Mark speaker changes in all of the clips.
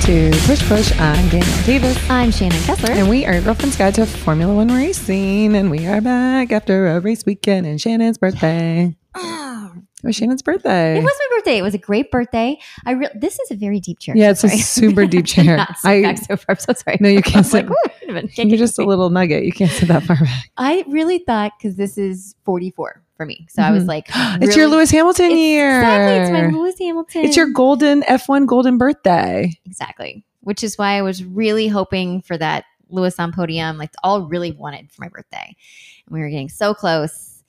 Speaker 1: to Push Push. I'm Danielle Davis.
Speaker 2: I'm Shannon Kessler.
Speaker 1: And we are Girlfriend's Guide to Formula One Racing. And we are back after a race weekend and Shannon's birthday.
Speaker 2: Ah,
Speaker 1: It was Shannon's birthday.
Speaker 2: it was my birthday. It was a great birthday. I re- this is a very deep chair.
Speaker 1: Yeah, it's a
Speaker 2: Sorry.
Speaker 1: super deep chair.
Speaker 2: Not sit
Speaker 1: I-
Speaker 2: back so far. I'm so sorry.
Speaker 1: No, you can't
Speaker 2: I was
Speaker 1: sit-
Speaker 2: Like, "Ooh, wait a minute, can't
Speaker 1: You're
Speaker 2: get
Speaker 1: just a
Speaker 2: this
Speaker 1: little nugget. You can't sit that far back.
Speaker 2: thing." I really thought because this is 44 for me, so I was
Speaker 1: Mhm.
Speaker 2: like,
Speaker 1: It's your
Speaker 2: really-
Speaker 1: Lewis Hamilton
Speaker 2: It's-
Speaker 1: year.
Speaker 2: Exactly. It's my Lewis Hamilton.
Speaker 1: It's your golden F1 golden birthday.
Speaker 2: exactly. Which is why I was really hoping for that Lewis on podium. Like all really wanted for my birthday, and we were getting so close.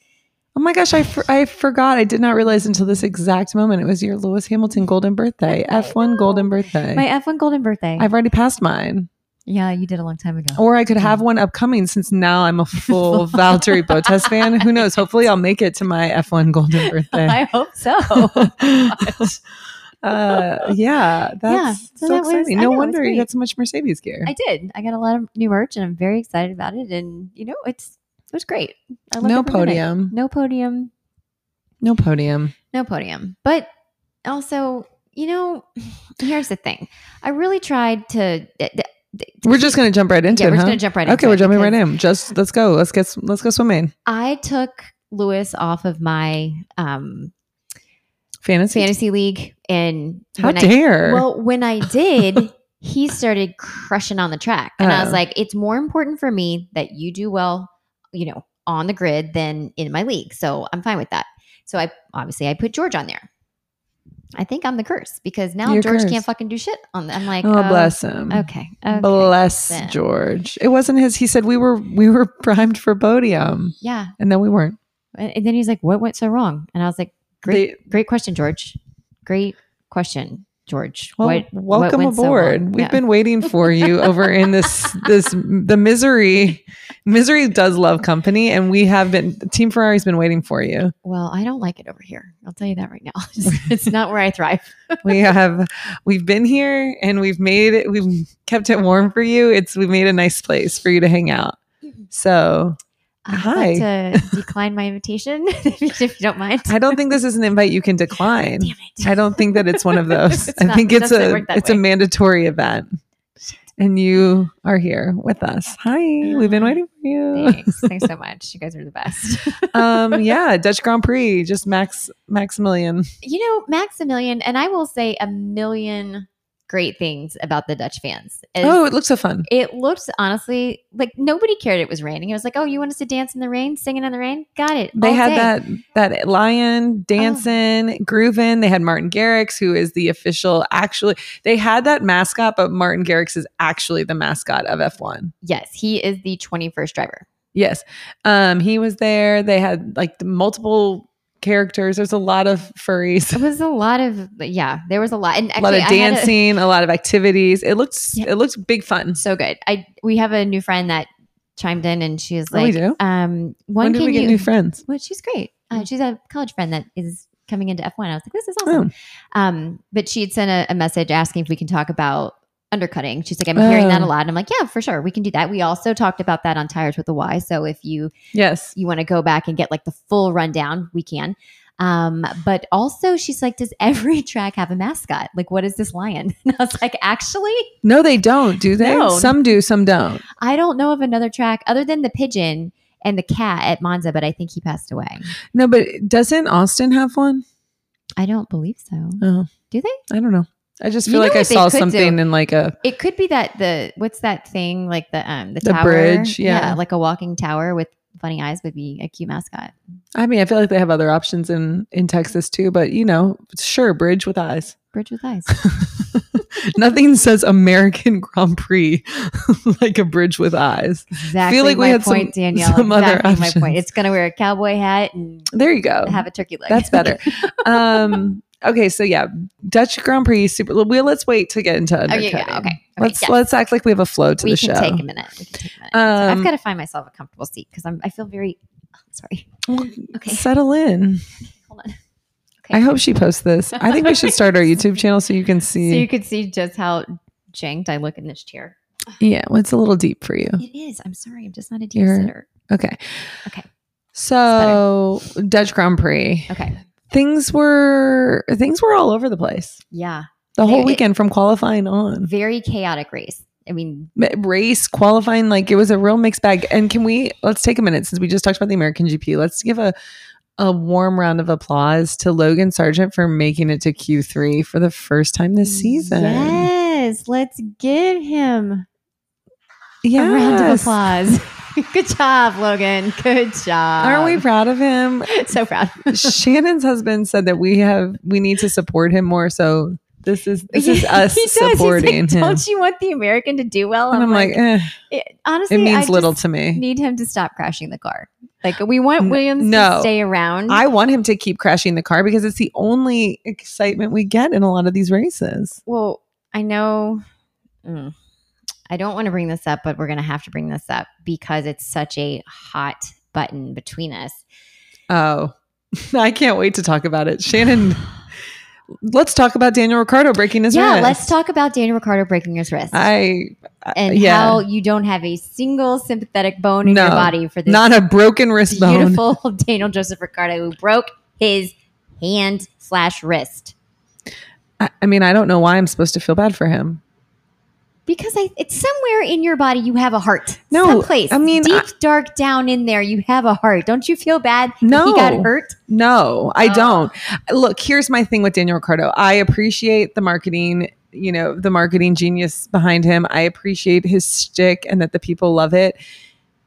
Speaker 1: Oh my gosh, I, for, I forgot. I did not realize until this exact moment it was your Lewis Hamilton golden birthday,
Speaker 2: I
Speaker 1: F1
Speaker 2: know.
Speaker 1: golden birthday.
Speaker 2: My F1 golden birthday.
Speaker 1: I've Oh, already passed mine.
Speaker 2: yeah, you did a long time ago.
Speaker 1: Or I could have one upcoming since now I'm a full Valtteri Bottas fan. Who knows? Hopefully I'll make it to my F1 golden birthday.
Speaker 2: I hope so.
Speaker 1: uh, yeah, that's so,
Speaker 2: so that was-
Speaker 1: exciting. no
Speaker 2: I know, it's
Speaker 1: wonder you
Speaker 2: great.
Speaker 1: got so much Mercedes gear.
Speaker 2: I did. I got a lot of new merch, and I'm very excited about it. And you know, it's it was great. I loved
Speaker 1: no
Speaker 2: every minute.
Speaker 1: podium.
Speaker 2: No podium.
Speaker 1: No podium.
Speaker 2: No podium. But also, you know, here's the thing. I really tried to. th- th- th-
Speaker 1: We're just gonna jump right into
Speaker 2: yeah,
Speaker 1: it,
Speaker 2: we're
Speaker 1: huh?
Speaker 2: just gonna jump right.
Speaker 1: okay,
Speaker 2: into
Speaker 1: we're
Speaker 2: it
Speaker 1: jumping
Speaker 2: because
Speaker 1: right in. Just let's go. Let's get s- let's go swimming.
Speaker 2: I took Lewis off of my um,
Speaker 1: Fantasy.
Speaker 2: fantasy league, and
Speaker 1: How
Speaker 2: when I-
Speaker 1: dare?
Speaker 2: Well, when I did, he started crushing on the track. And I
Speaker 1: Oh.
Speaker 2: was like, it's more important for me that you do well, you know, on the grid than in my league. So I'm fine with that. So I obviously I put George on there. I think I'm the curse because now
Speaker 1: You're
Speaker 2: George can't
Speaker 1: cursed.
Speaker 2: fucking do shit on the I'm like,
Speaker 1: oh,
Speaker 2: oh,
Speaker 1: bless him.
Speaker 2: Okay. okay.
Speaker 1: Bless
Speaker 2: then.
Speaker 1: George. It wasn't his. He said we were we were primed for podium,
Speaker 2: yeah.
Speaker 1: and then we weren't.
Speaker 2: And, and then he's like, what went so wrong? And I was like, great, great question, George. Great question, George.
Speaker 1: Well,
Speaker 2: what, what
Speaker 1: welcome
Speaker 2: went so
Speaker 1: aboard.
Speaker 2: wrong?
Speaker 1: We've
Speaker 2: Yeah.
Speaker 1: been waiting for you over in this this the misery. Misery does love company, and we have been. Team Ferrari's been waiting for you.
Speaker 2: Well, I don't like it over here. I'll tell you that right now. it's not where I thrive.
Speaker 1: We have we've been here, and we've made it. We've kept it warm for you. It's we made a nice place for you to hang out. So
Speaker 2: I'd like Uh, to decline my invitation if you if you don't mind.
Speaker 1: I don't think this is an invite you can decline.
Speaker 2: Damn it.
Speaker 1: I don't think that it's one of those.
Speaker 2: It's
Speaker 1: I
Speaker 2: not-
Speaker 1: think
Speaker 2: it
Speaker 1: it's
Speaker 2: doesn't
Speaker 1: a
Speaker 2: work that
Speaker 1: it's a
Speaker 2: way.
Speaker 1: mandatory event. And you are here with us. Hi, we've been
Speaker 2: Hi.
Speaker 1: waiting for you.
Speaker 2: Thanks. Thanks so much. You guys are the best.
Speaker 1: um, yeah, Dutch Grand Prix, just Max Maximilian.
Speaker 2: you know, Maximilian, and I will say a million great things about the Dutch fans. As-
Speaker 1: Oh, it looks so fun.
Speaker 2: It looked honestly like nobody cared it was raining. It was like, oh, you want us to dance in the rain, singing in the rain? Got it.
Speaker 1: They
Speaker 2: all
Speaker 1: had
Speaker 2: day. Oh.
Speaker 1: that that lion dancing, grooving. They had Martin Garrix, who is the official. Actually, they had that mascot, but Martin Garrix is actually the mascot of F one.
Speaker 2: Yes, he is the 21st driver.
Speaker 1: Yes. Um, he was there. They had like the multiple characters. There's a lot of furries,
Speaker 2: It was a lot of, yeah, there was a lot. And
Speaker 1: a
Speaker 2: actually,
Speaker 1: lot
Speaker 2: I
Speaker 1: of
Speaker 2: had a-
Speaker 1: dancing, a, lot of activities. It looks
Speaker 2: Yeah.
Speaker 1: it looks big fun.
Speaker 2: so good. I we have a new friend that chimed in and she was
Speaker 1: Oh,
Speaker 2: like,
Speaker 1: we do?
Speaker 2: um, one
Speaker 1: When did
Speaker 2: can
Speaker 1: we get
Speaker 2: you,
Speaker 1: new friends?
Speaker 2: well, she's great. Uh,
Speaker 1: Mm.
Speaker 2: she's a college friend that is coming into F1. I was like, this
Speaker 1: Oh.
Speaker 2: is awesome. Um, but she had sent a, a message asking if we can talk about undercutting. She's like, I'm hearing that
Speaker 1: Oh.
Speaker 2: a lot. And I'm like, yeah, for sure. We can do that. We also talked about that on Tires with a Y. So if you,
Speaker 1: Yes.
Speaker 2: you want to go back and get like the full rundown, we can. Um, but also she's like, does every track have a mascot? Like, what is this lion? And I was like, actually,
Speaker 1: No, they don't, do they?
Speaker 2: No.
Speaker 1: Some do, some don't.
Speaker 2: I don't know of another track other than the pigeon and the cat at Monza, but I think he passed away.
Speaker 1: No, but doesn't Austin have one?
Speaker 2: I don't believe so.
Speaker 1: Oh.
Speaker 2: Do they?
Speaker 1: I don't know. I just
Speaker 2: You
Speaker 1: feel
Speaker 2: know
Speaker 1: like I
Speaker 2: what they
Speaker 1: saw
Speaker 2: could do?
Speaker 1: something in like a
Speaker 2: It could be that the what's that thing like the um the,
Speaker 1: The
Speaker 2: tower
Speaker 1: bridge, yeah.
Speaker 2: like a walking tower with funny eyes would be a cute mascot.
Speaker 1: I mean, I feel like they have other options in in Texas too, but you know, sure, bridge with eyes.
Speaker 2: Bridge with eyes.
Speaker 1: Nothing says American Grand Prix like a bridge with eyes.
Speaker 2: Exactly.
Speaker 1: like we
Speaker 2: my
Speaker 1: had some-
Speaker 2: point, Danielle.
Speaker 1: some other
Speaker 2: exactly my
Speaker 1: options.
Speaker 2: point. It's gonna wear a cowboy hat and
Speaker 1: There you go.
Speaker 2: have a turkey leg.
Speaker 1: That's better. um, okay, so yeah, Dutch Grand Prix. Super. Well, let's wait to get into
Speaker 2: okay,
Speaker 1: undercutting.
Speaker 2: yeah, okay. okay,
Speaker 1: Let's
Speaker 2: yes.
Speaker 1: let's act like we have a flow to
Speaker 2: we
Speaker 1: the
Speaker 2: can
Speaker 1: show.
Speaker 2: take a minute. We can take a minute. So
Speaker 1: Um,
Speaker 2: I've got to find myself a comfortable seat because I'm I feel very sorry.
Speaker 1: Well,
Speaker 2: Okay.
Speaker 1: Settle in.
Speaker 2: Hold on. Okay.
Speaker 1: I hope she posts this. I think we should start our YouTube channel so you can see.
Speaker 2: So you could see just how janked I look in this chair.
Speaker 1: yeah, well, it's a little deep for you.
Speaker 2: It is. I'm sorry. I'm just not a deep
Speaker 1: You're-
Speaker 2: sitter.
Speaker 1: Okay.
Speaker 2: Okay.
Speaker 1: So Dutch Grand Prix.
Speaker 2: Okay.
Speaker 1: Things were things were all over the place.
Speaker 2: Yeah.
Speaker 1: The whole
Speaker 2: It-
Speaker 1: weekend from qualifying on.
Speaker 2: Very chaotic race. I mean,
Speaker 1: M- Race, qualifying, like it was a real mixed bag. And can we, let's take a minute since we just talked about the American GP. Let's give a, a warm round of applause to Logan Sargent for making it to Q3 for the first time this season.
Speaker 2: Yes, let's give him a round of
Speaker 1: Yes.
Speaker 2: applause. Good job, Logan. Good job.
Speaker 1: Aren't we proud of him?
Speaker 2: so proud?
Speaker 1: Shannon's husband said that we have we need to support him more. So this is this is us
Speaker 2: He does. He's like,
Speaker 1: supporting him.
Speaker 2: Don't you want the American to do well?
Speaker 1: and I'm like, eh,
Speaker 2: it, honestly,
Speaker 1: it means
Speaker 2: I
Speaker 1: little
Speaker 2: Just
Speaker 1: to me.
Speaker 2: need him to stop crashing the car. Like we want
Speaker 1: N-
Speaker 2: Williams
Speaker 1: no.
Speaker 2: to stay around.
Speaker 1: I want him to keep crashing the car because it's the only excitement we get in a lot of these races.
Speaker 2: well, I know. mm, I don't want to bring this up, but we're going to have to bring this up because it's such a hot button between us.
Speaker 1: Oh, I can't wait to talk about it. Shannon, let's talk about Daniel Ricardo breaking his
Speaker 2: yeah,
Speaker 1: wrist.
Speaker 2: let's talk about Daniel Ricardo breaking his wrist
Speaker 1: I
Speaker 2: and
Speaker 1: yeah.
Speaker 2: how you don't have a single sympathetic bone in
Speaker 1: No,
Speaker 2: your body for this
Speaker 1: not a broken wrist bone.
Speaker 2: beautiful Daniel Joseph Ricardo who broke his hand slash wrist
Speaker 1: I, I mean, I don't know why I'm supposed to feel bad for him.
Speaker 2: because I, it's somewhere in your body you have a heart.
Speaker 1: No,
Speaker 2: someplace.
Speaker 1: I mean,
Speaker 2: deep dark down in there you have a heart. Don't you feel bad? that he
Speaker 1: No.
Speaker 2: got hurt.
Speaker 1: No, I
Speaker 2: Oh.
Speaker 1: don't. Look, here's my thing with Daniel Ricardo. I appreciate the marketing, you know, the marketing genius behind him. I appreciate his stick and that the people love it.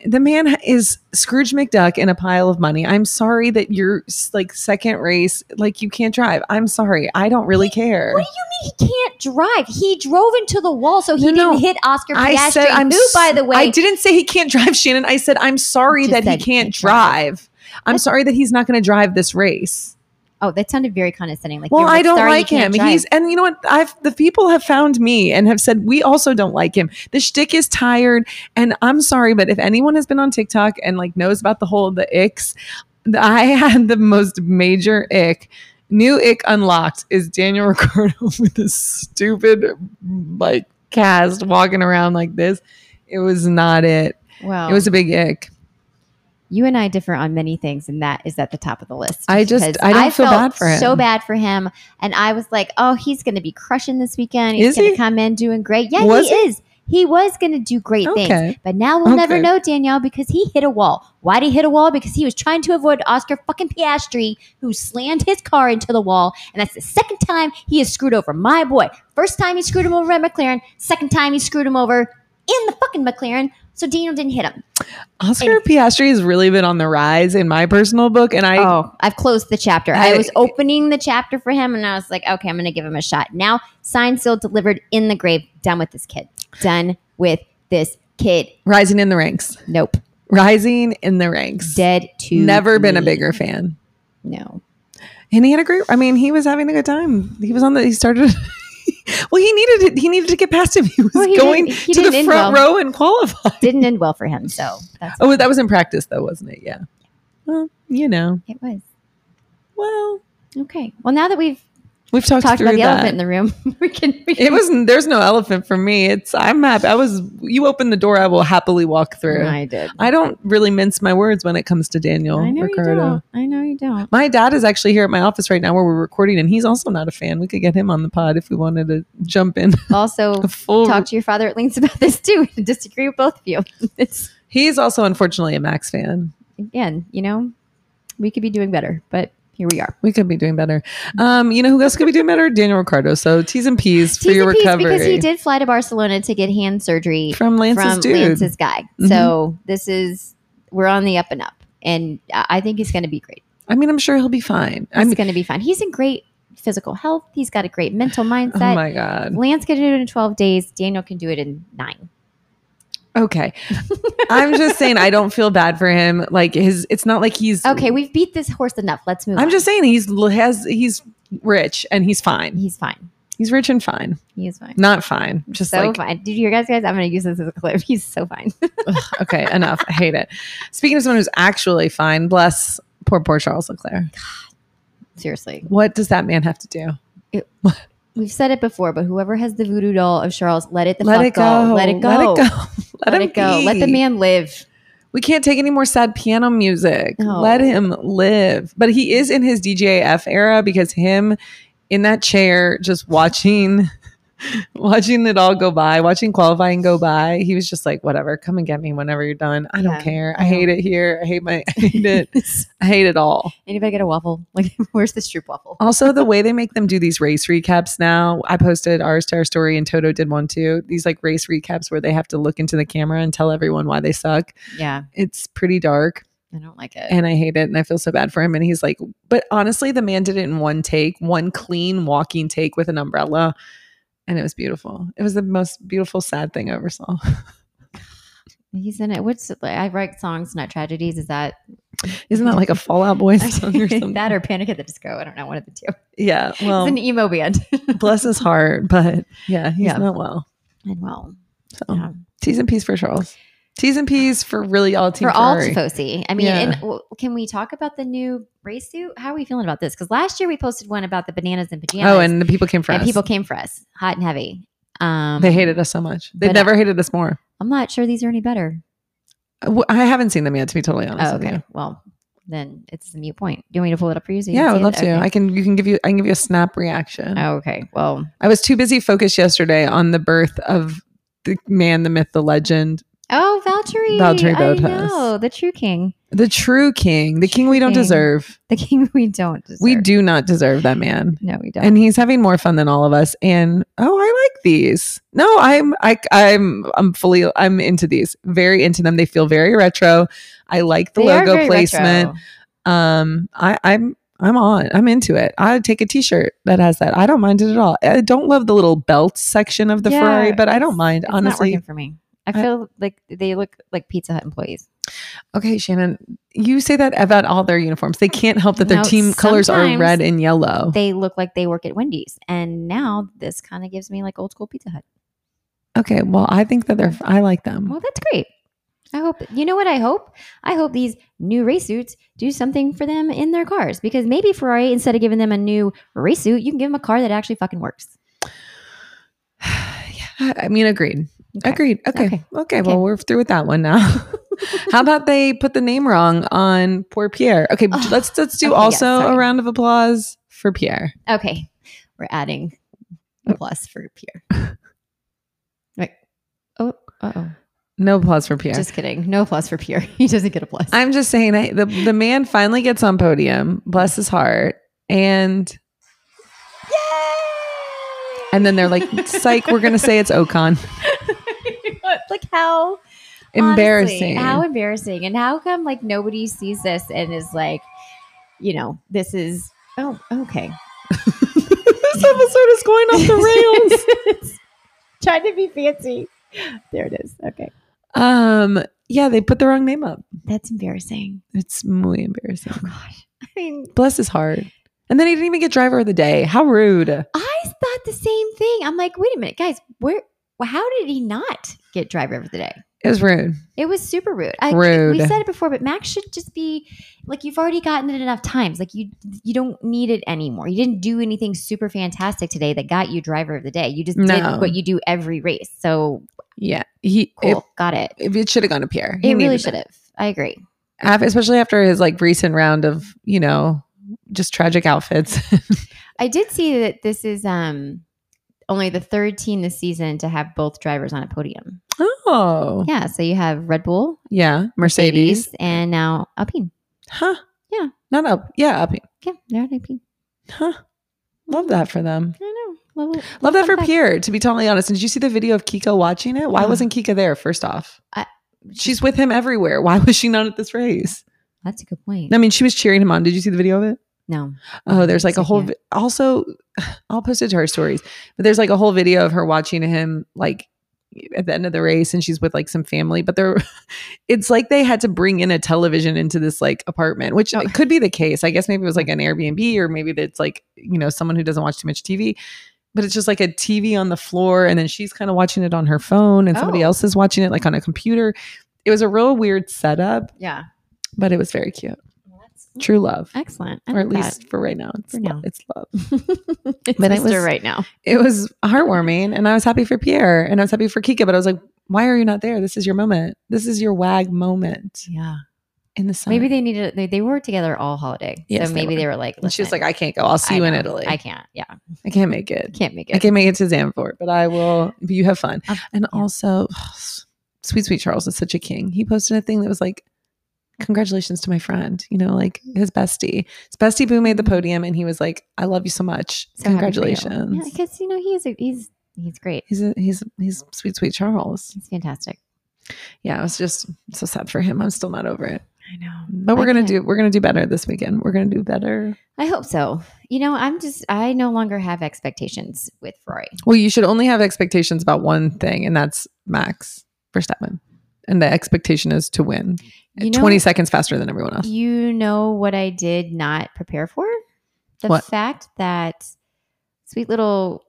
Speaker 1: The man is Scrooge McDuck in a pile of money. I'm sorry that you're s- like second race, like you can't drive. I'm sorry. I don't really care.
Speaker 2: What do you mean he can't drive? He drove into the wall, so he
Speaker 1: No, no.
Speaker 2: didn't hit Oscar
Speaker 1: I
Speaker 2: Piastri.
Speaker 1: said I'm
Speaker 2: who, by the
Speaker 1: s-
Speaker 2: way,
Speaker 1: I didn't say he can't drive, Shannon. I said I'm sorry
Speaker 2: Just
Speaker 1: that he
Speaker 2: said he
Speaker 1: can't
Speaker 2: can't drive.
Speaker 1: drive. I'm sorry that he's not going to drive this race.
Speaker 2: oh, that sounded very condescending. Like,
Speaker 1: Well,
Speaker 2: you're
Speaker 1: I don't
Speaker 2: sorry you
Speaker 1: like him.
Speaker 2: can't drive.
Speaker 1: He's and you know what? I've the people have found me and have said we also don't like him. The shtick is tired, and I'm sorry, but if anyone has been on TikTok and like knows about the whole the icks, th- I had the most major ick. New ick unlocked is Daniel Ricardo with this stupid like cast walking around like this. It was not it.
Speaker 2: well,
Speaker 1: It was a big ick.
Speaker 2: you and I differ on many things, and that is at the top of the list.
Speaker 1: I just-
Speaker 2: because
Speaker 1: I don't feel
Speaker 2: felt
Speaker 1: bad for him.
Speaker 2: So bad for him, and I was like, "Oh, he's going to be crushing this weekend. He's
Speaker 1: Is
Speaker 2: going
Speaker 1: he?
Speaker 2: to come in doing great. Yeah,
Speaker 1: Was
Speaker 2: he is. He was going to do great things,
Speaker 1: Okay.
Speaker 2: but now we'll never
Speaker 1: Okay.
Speaker 2: know, Danielle, because he hit a wall. Why did he hit a wall? Because he was trying to avoid Oscar fucking Piastri, who slammed his car into the wall, and that's the second time he has screwed over my boy. First time he screwed him over at McLaren. Second time he screwed him over in the fucking McLaren. So Daniel didn't hit him.
Speaker 1: Oscar Piastri has really been on the rise in my personal book, and I
Speaker 2: oh, I've closed the chapter. I,
Speaker 1: I-
Speaker 2: was opening the chapter for him, and I was like, okay, I'm going to give him a shot. Now, signed, sealed, delivered in the grave. Done with this kid. Done with this kid.
Speaker 1: rising in the ranks.
Speaker 2: Nope.
Speaker 1: rising in the ranks.
Speaker 2: Dead to
Speaker 1: Never been a
Speaker 2: me.
Speaker 1: bigger fan.
Speaker 2: No.
Speaker 1: And he had a great I mean, he was having a good time. He was on the he started Well, he needed it. He needed to get past him. He was
Speaker 2: Well, he
Speaker 1: going
Speaker 2: didn't- he
Speaker 1: to the
Speaker 2: didn't
Speaker 1: front
Speaker 2: well.
Speaker 1: row and qualify.
Speaker 2: Didn't end well for him. So that's
Speaker 1: Oh, that was in practice though, wasn't it? Yeah. Well, you know.
Speaker 2: it was.
Speaker 1: Well,
Speaker 2: Okay. Well, now that we've
Speaker 1: we've talked,
Speaker 2: talked
Speaker 1: through
Speaker 2: about the
Speaker 1: that.
Speaker 2: elephant in the room, we can. We
Speaker 1: it was there's no elephant for me. It's I'm happy. I was you open the door, I will happily walk through.
Speaker 2: I did.
Speaker 1: I don't really mince my words when it comes to Daniel
Speaker 2: I know
Speaker 1: Oh, Ricardo.
Speaker 2: you don't. I know you don't.
Speaker 1: My dad is actually here at my office right now where we're recording, and he's also not a fan. We could get him on the pod if we wanted to jump in
Speaker 2: Also,
Speaker 1: a full.
Speaker 2: talk to your father at length about this too. and Disagree with both of you. It's
Speaker 1: He's also unfortunately a Max fan.
Speaker 2: again, you know, we could be doing better, but here we are.
Speaker 1: We could be doing better. Um, you know who else could be doing better? Daniel Ricardo. So T's and P's for
Speaker 2: T's
Speaker 1: your
Speaker 2: and P's
Speaker 1: recovery
Speaker 2: because he did fly to Barcelona to get hand surgery
Speaker 1: from Lance's
Speaker 2: from
Speaker 1: dude. Mm-hmm.
Speaker 2: Lance's guy. So this is we're on the up and up, and I I think he's going to be great.
Speaker 1: I mean, I'm sure he'll be fine.
Speaker 2: He's
Speaker 1: I'm.
Speaker 2: going to be fine. He's in great physical health. He's got a great mental
Speaker 1: Oh
Speaker 2: mindset.
Speaker 1: my god.
Speaker 2: Lance can do it in twelve days. Daniel can do it in nine.
Speaker 1: Okay. I'm just saying I don't feel bad for him. Like his, it's not like he's.
Speaker 2: Okay, we've beat this horse enough. Let's move.
Speaker 1: I'm
Speaker 2: on.
Speaker 1: just saying he's has he's rich and he's fine.
Speaker 2: he's fine.
Speaker 1: He's rich and fine,
Speaker 2: He is fine.
Speaker 1: not fine. Just
Speaker 2: So
Speaker 1: like
Speaker 2: fine, dude. You guys, guys, I'm going to use this as a clip. He's so fine.
Speaker 1: okay, enough. I hate it. Speaking of someone who's actually fine, bless poor, poor Charles Leclerc.
Speaker 2: Seriously,
Speaker 1: What does that man have to do?
Speaker 2: we've said it before, but whoever has the voodoo doll of Charles, let it the
Speaker 1: let,
Speaker 2: fuck
Speaker 1: it go.
Speaker 2: Let it go.
Speaker 1: Let it go. Let,
Speaker 2: Let,
Speaker 1: him
Speaker 2: it go. Let
Speaker 1: be.
Speaker 2: the man live.
Speaker 1: We can't take any more sad piano music.
Speaker 2: No.
Speaker 1: Let him live. But he is in his DJF era because him in that chair, just watching, watching it all go by, watching qualifying go by. He was just like, whatever, come and get me whenever you're done. I don't
Speaker 2: Yeah.
Speaker 1: care. I
Speaker 2: I
Speaker 1: hate it here. I hate my, I hate it.
Speaker 2: Anybody
Speaker 1: I hate it all.
Speaker 2: get a waffle? Like, where's the stroop waffle?
Speaker 1: Also, the way they make them do these race recaps now, I posted ours to our story and Toto did one too. These like race recaps where they have to look into the camera and tell everyone why they suck.
Speaker 2: Yeah,
Speaker 1: It's pretty dark
Speaker 2: I don't like it.
Speaker 1: and I hate it and I feel so bad for him. And he's like, but honestly, the man did it in one take, one clean walking take with an umbrella. And it was beautiful. It was the most beautiful, sad thing I ever saw.
Speaker 2: He's in it. What's like, I write songs, not tragedies. Is that
Speaker 1: Isn't that like a Fallout Boy song or something? Oh.
Speaker 2: that or Panic at the Disco? I don't know. One of the two.
Speaker 1: yeah.
Speaker 2: it's
Speaker 1: Well,
Speaker 2: an emo band.
Speaker 1: bless his heart, but yeah, he's
Speaker 2: e- Yeah.
Speaker 1: not well.
Speaker 2: and well,
Speaker 1: So.
Speaker 2: yeah.
Speaker 1: T's and P's for Charles. T's and P's for really all team
Speaker 2: for all
Speaker 1: Ferrari.
Speaker 2: Tifosi. I mean,
Speaker 1: Yeah.
Speaker 2: and w- can we talk about the new race suit? How are we feeling about this? Because last year we posted one about the bananas and pajamas.
Speaker 1: Oh, and the people came for
Speaker 2: and
Speaker 1: us.
Speaker 2: people came for us, hot and heavy. Um,
Speaker 1: they hated us so much. They
Speaker 2: But, uh,
Speaker 1: never hated us more.
Speaker 2: I'm not sure these are any better.
Speaker 1: W- I haven't seen them yet, to be totally honest.
Speaker 2: Oh,
Speaker 1: with
Speaker 2: okay.
Speaker 1: you.
Speaker 2: Well, then it's a mute point. Do you want me to pull it up for you? So you
Speaker 1: Yeah, I
Speaker 2: can
Speaker 1: would
Speaker 2: see
Speaker 1: love
Speaker 2: it?
Speaker 1: to.
Speaker 2: Okay.
Speaker 1: I can. You can give you. I can give you a snap reaction.
Speaker 2: Oh, okay. Well.
Speaker 1: I was too busy focused yesterday on the birth of the man, the myth, the legend,
Speaker 2: Oh, Valtteri.
Speaker 1: Valtteri Bottas.
Speaker 2: I know the true king,
Speaker 1: the true king, the king we don't
Speaker 2: King.
Speaker 1: deserve.
Speaker 2: the king we don't. Deserve.
Speaker 1: We do not deserve that man.
Speaker 2: No, we don't.
Speaker 1: And he's having more fun than all of us. And oh, I like these. No, I'm I, I'm I'm fully I'm into these. Very into them. They feel very retro. I like the
Speaker 2: They are
Speaker 1: logo
Speaker 2: very
Speaker 1: placement.
Speaker 2: retro.
Speaker 1: Um, I I'm I'm on. I'm into it. I'd take a T-shirt that has that. I don't mind it at all. I don't love the little belt section of the
Speaker 2: Yeah,
Speaker 1: Ferrari, but I don't
Speaker 2: it's-
Speaker 1: mind
Speaker 2: It's not
Speaker 1: honestly.
Speaker 2: working for me. I
Speaker 1: I-
Speaker 2: feel like they look like Pizza Hut employees.
Speaker 1: Okay, Shannon, you say that about all their uniforms. They can't help that their
Speaker 2: No,
Speaker 1: team colors are
Speaker 2: sometimes
Speaker 1: red and yellow.
Speaker 2: They look like they work at Wendy's, and now this kind of gives me like old school Pizza Hut.
Speaker 1: okay, well, I think that they're. I like them.
Speaker 2: Well, that's great. I hope you know what I hope. I hope these new race suits do something for them in their cars because maybe Ferrari, instead of giving them a new race suit, you can give them a car that actually fucking works.
Speaker 1: yeah, I mean, agreed.
Speaker 2: Okay.
Speaker 1: Agreed. Okay. okay.
Speaker 2: Okay.
Speaker 1: Well,
Speaker 2: Okay.
Speaker 1: we're through with that one now. How about they put the name wrong on poor Pierre? Okay,
Speaker 2: Oh,
Speaker 1: let's let's do
Speaker 2: okay, yeah,
Speaker 1: also a
Speaker 2: sorry.
Speaker 1: round of applause for Pierre.
Speaker 2: Okay, we're adding a plus for Pierre. Right? Oh, uh oh.
Speaker 1: No applause for Pierre.
Speaker 2: Just kidding. No plus for Pierre. He doesn't get a plus.
Speaker 1: I'm just saying I, the the man finally gets on podium, bless his heart, and
Speaker 2: Yay!
Speaker 1: and then they're like, "Psych, we're gonna say it's Ocon."
Speaker 2: like how Honestly,
Speaker 1: Embarrassing.
Speaker 2: how embarrassing. And how come like nobody sees this and is like, you know, this is oh okay.
Speaker 1: this episode is going off the rails.
Speaker 2: Trying to be fancy. There it is. Okay.
Speaker 1: um, yeah, they put the wrong name up.
Speaker 2: That's embarrassing.
Speaker 1: It's muy embarrassing.
Speaker 2: Gosh. I mean,
Speaker 1: Bless his heart. And then he didn't even get driver of the day. How rude.
Speaker 2: I thought the same thing. I'm like, wait a minute, guys, where well, how did he not get driver of the day?
Speaker 1: It was rude.
Speaker 2: It was super rude. I,
Speaker 1: Rude.
Speaker 2: We said it before, but Max should just be like you've already gotten it enough times. Like you, you don't need it anymore. You didn't do anything super fantastic today that got you driver of the day. You just
Speaker 1: No.
Speaker 2: did what you do every race. So
Speaker 1: Yeah. He
Speaker 2: cool, got it.
Speaker 1: it, it should have gone to Pierre. He
Speaker 2: It really
Speaker 1: needed
Speaker 2: should have. I agree.
Speaker 1: Af- especially after his like recent round of, you know, just tragic outfits.
Speaker 2: I did see that this is um only the third team this season to have both drivers on a podium.
Speaker 1: oh. Yeah.
Speaker 2: Yeah, so you have Red Bull,
Speaker 1: Mercedes.
Speaker 2: Mercedes, and now Alpine.
Speaker 1: Huh.
Speaker 2: Yeah.
Speaker 1: Not up. Yeah, up.
Speaker 2: Yeah, they're at Alpine.
Speaker 1: Huh. Love that for them.
Speaker 2: I know. Little-
Speaker 1: Love that
Speaker 2: fun
Speaker 1: for
Speaker 2: fact.
Speaker 1: Pierre, to be totally honest. And did you see the video of Kiko watching it? Why
Speaker 2: Uh-uh.
Speaker 1: wasn't Kika there, first off?
Speaker 2: I-
Speaker 1: She's with him everywhere. Why was she not at this race?
Speaker 2: That's a good point.
Speaker 1: I mean, she was cheering him on. Did you see the video of it?
Speaker 2: No.
Speaker 1: Oh, there's like a
Speaker 2: Yes, I
Speaker 1: whole.
Speaker 2: can.
Speaker 1: Vi- also, I'll post it to her stories. But there's like a whole video of her watching him like at the end of the race, and she's with like some family. But they're, it's like they had to bring in a television into this like apartment, which
Speaker 2: Oh.
Speaker 1: could be the case. I guess maybe it was like an Airbnb, or maybe it's like you know someone who doesn't watch too much TV. But it's just like a TV on the floor, and then she's kind of watching it on her phone, and somebody
Speaker 2: Oh.
Speaker 1: else is watching it like on a computer. It was a real weird setup,
Speaker 2: Yeah.
Speaker 1: but it was very cute.
Speaker 2: Well, that's
Speaker 1: True love,
Speaker 2: excellent. I
Speaker 1: or at
Speaker 2: like
Speaker 1: least for right now, it's
Speaker 2: For
Speaker 1: lo-
Speaker 2: now.
Speaker 1: it's love.
Speaker 2: that. it's
Speaker 1: But it
Speaker 2: Mr.
Speaker 1: was-
Speaker 2: right now.
Speaker 1: it was heartwarming and I was happy for Pierre and I was happy for Kika, but I was like, why are you not there? This is your moment. This is your wag moment.
Speaker 2: Yeah.
Speaker 1: in the sun.
Speaker 2: Maybe they needed. They, they were together all holiday,
Speaker 1: Yes,
Speaker 2: so
Speaker 1: they
Speaker 2: maybe
Speaker 1: were.
Speaker 2: they were, like.
Speaker 1: and she was
Speaker 2: "Listen,
Speaker 1: like, I can't go. I'll see
Speaker 2: I
Speaker 1: you in
Speaker 2: know.
Speaker 1: Italy.
Speaker 2: I can't. Yeah,
Speaker 1: I can't make it.
Speaker 2: can't make
Speaker 1: I
Speaker 2: it.
Speaker 1: can't make it to Zanfort, but I will. But you have fun.
Speaker 2: Um,
Speaker 1: and
Speaker 2: yeah.
Speaker 1: also, sweet, sweet Charles is such a king. He posted a thing that was like, Congratulations to my friend, you know, like his bestie. His bestie boo made the podium and he was like, I love you so much.
Speaker 2: So happy for you.
Speaker 1: Congratulations.
Speaker 2: Yeah, because you know he's a, he's he's great.
Speaker 1: He's a, he's he's sweet, sweet Charles.
Speaker 2: He's fantastic.
Speaker 1: Yeah, it was just so sad for him. I'm still not over it.
Speaker 2: I know.
Speaker 1: But we're
Speaker 2: I
Speaker 1: gonna
Speaker 2: can't-
Speaker 1: do we're gonna do better this weekend. We're gonna do better.
Speaker 2: I hope so. You know, I'm just I no longer have expectations with Ferrari.
Speaker 1: Well, you should only have expectations about one thing, and that's Max Verstappen. And the expectation is to win
Speaker 2: You know,
Speaker 1: 20 seconds faster than everyone else.
Speaker 2: You know what I did not prepare for? The
Speaker 1: What?
Speaker 2: fact that sweet little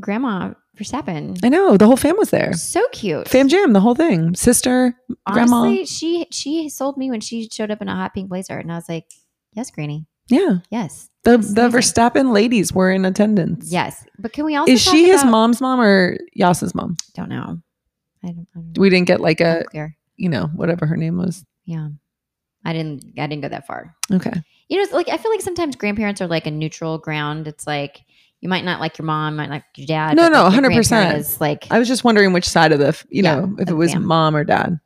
Speaker 2: grandma Verstappen,
Speaker 1: I know. The whole fam was there.
Speaker 2: so cute.
Speaker 1: Fam jam, the whole thing. Sister, grandma.
Speaker 2: Honestly, she she sold me when she showed up in a hot pink blazer, and I was like, "Yes, Granny,
Speaker 1: yeah.
Speaker 2: yes,
Speaker 1: The
Speaker 2: That's
Speaker 1: the
Speaker 2: amazing.
Speaker 1: Verstappen ladies were in attendance.
Speaker 2: yes." But can we also
Speaker 1: Is
Speaker 2: talk
Speaker 1: she his
Speaker 2: about-
Speaker 1: mom's mom or Yas's mom?
Speaker 2: Don't know. I don't. I don't
Speaker 1: We didn't get like
Speaker 2: I'm
Speaker 1: a,
Speaker 2: clear.
Speaker 1: you know, whatever her name was.
Speaker 2: Yeah, I didn't. I didn't go that far.
Speaker 1: Okay.
Speaker 2: you know, it's like I feel like sometimes grandparents are like a neutral ground. It's like you might not like your mom, might not like your dad.
Speaker 1: No,
Speaker 2: but,
Speaker 1: no,
Speaker 2: like, your
Speaker 1: 100%.
Speaker 2: grandparent Is like,
Speaker 1: I was just wondering which side of the, f- you
Speaker 2: Yeah,
Speaker 1: know, if
Speaker 2: the
Speaker 1: it was
Speaker 2: fam.
Speaker 1: mom or dad.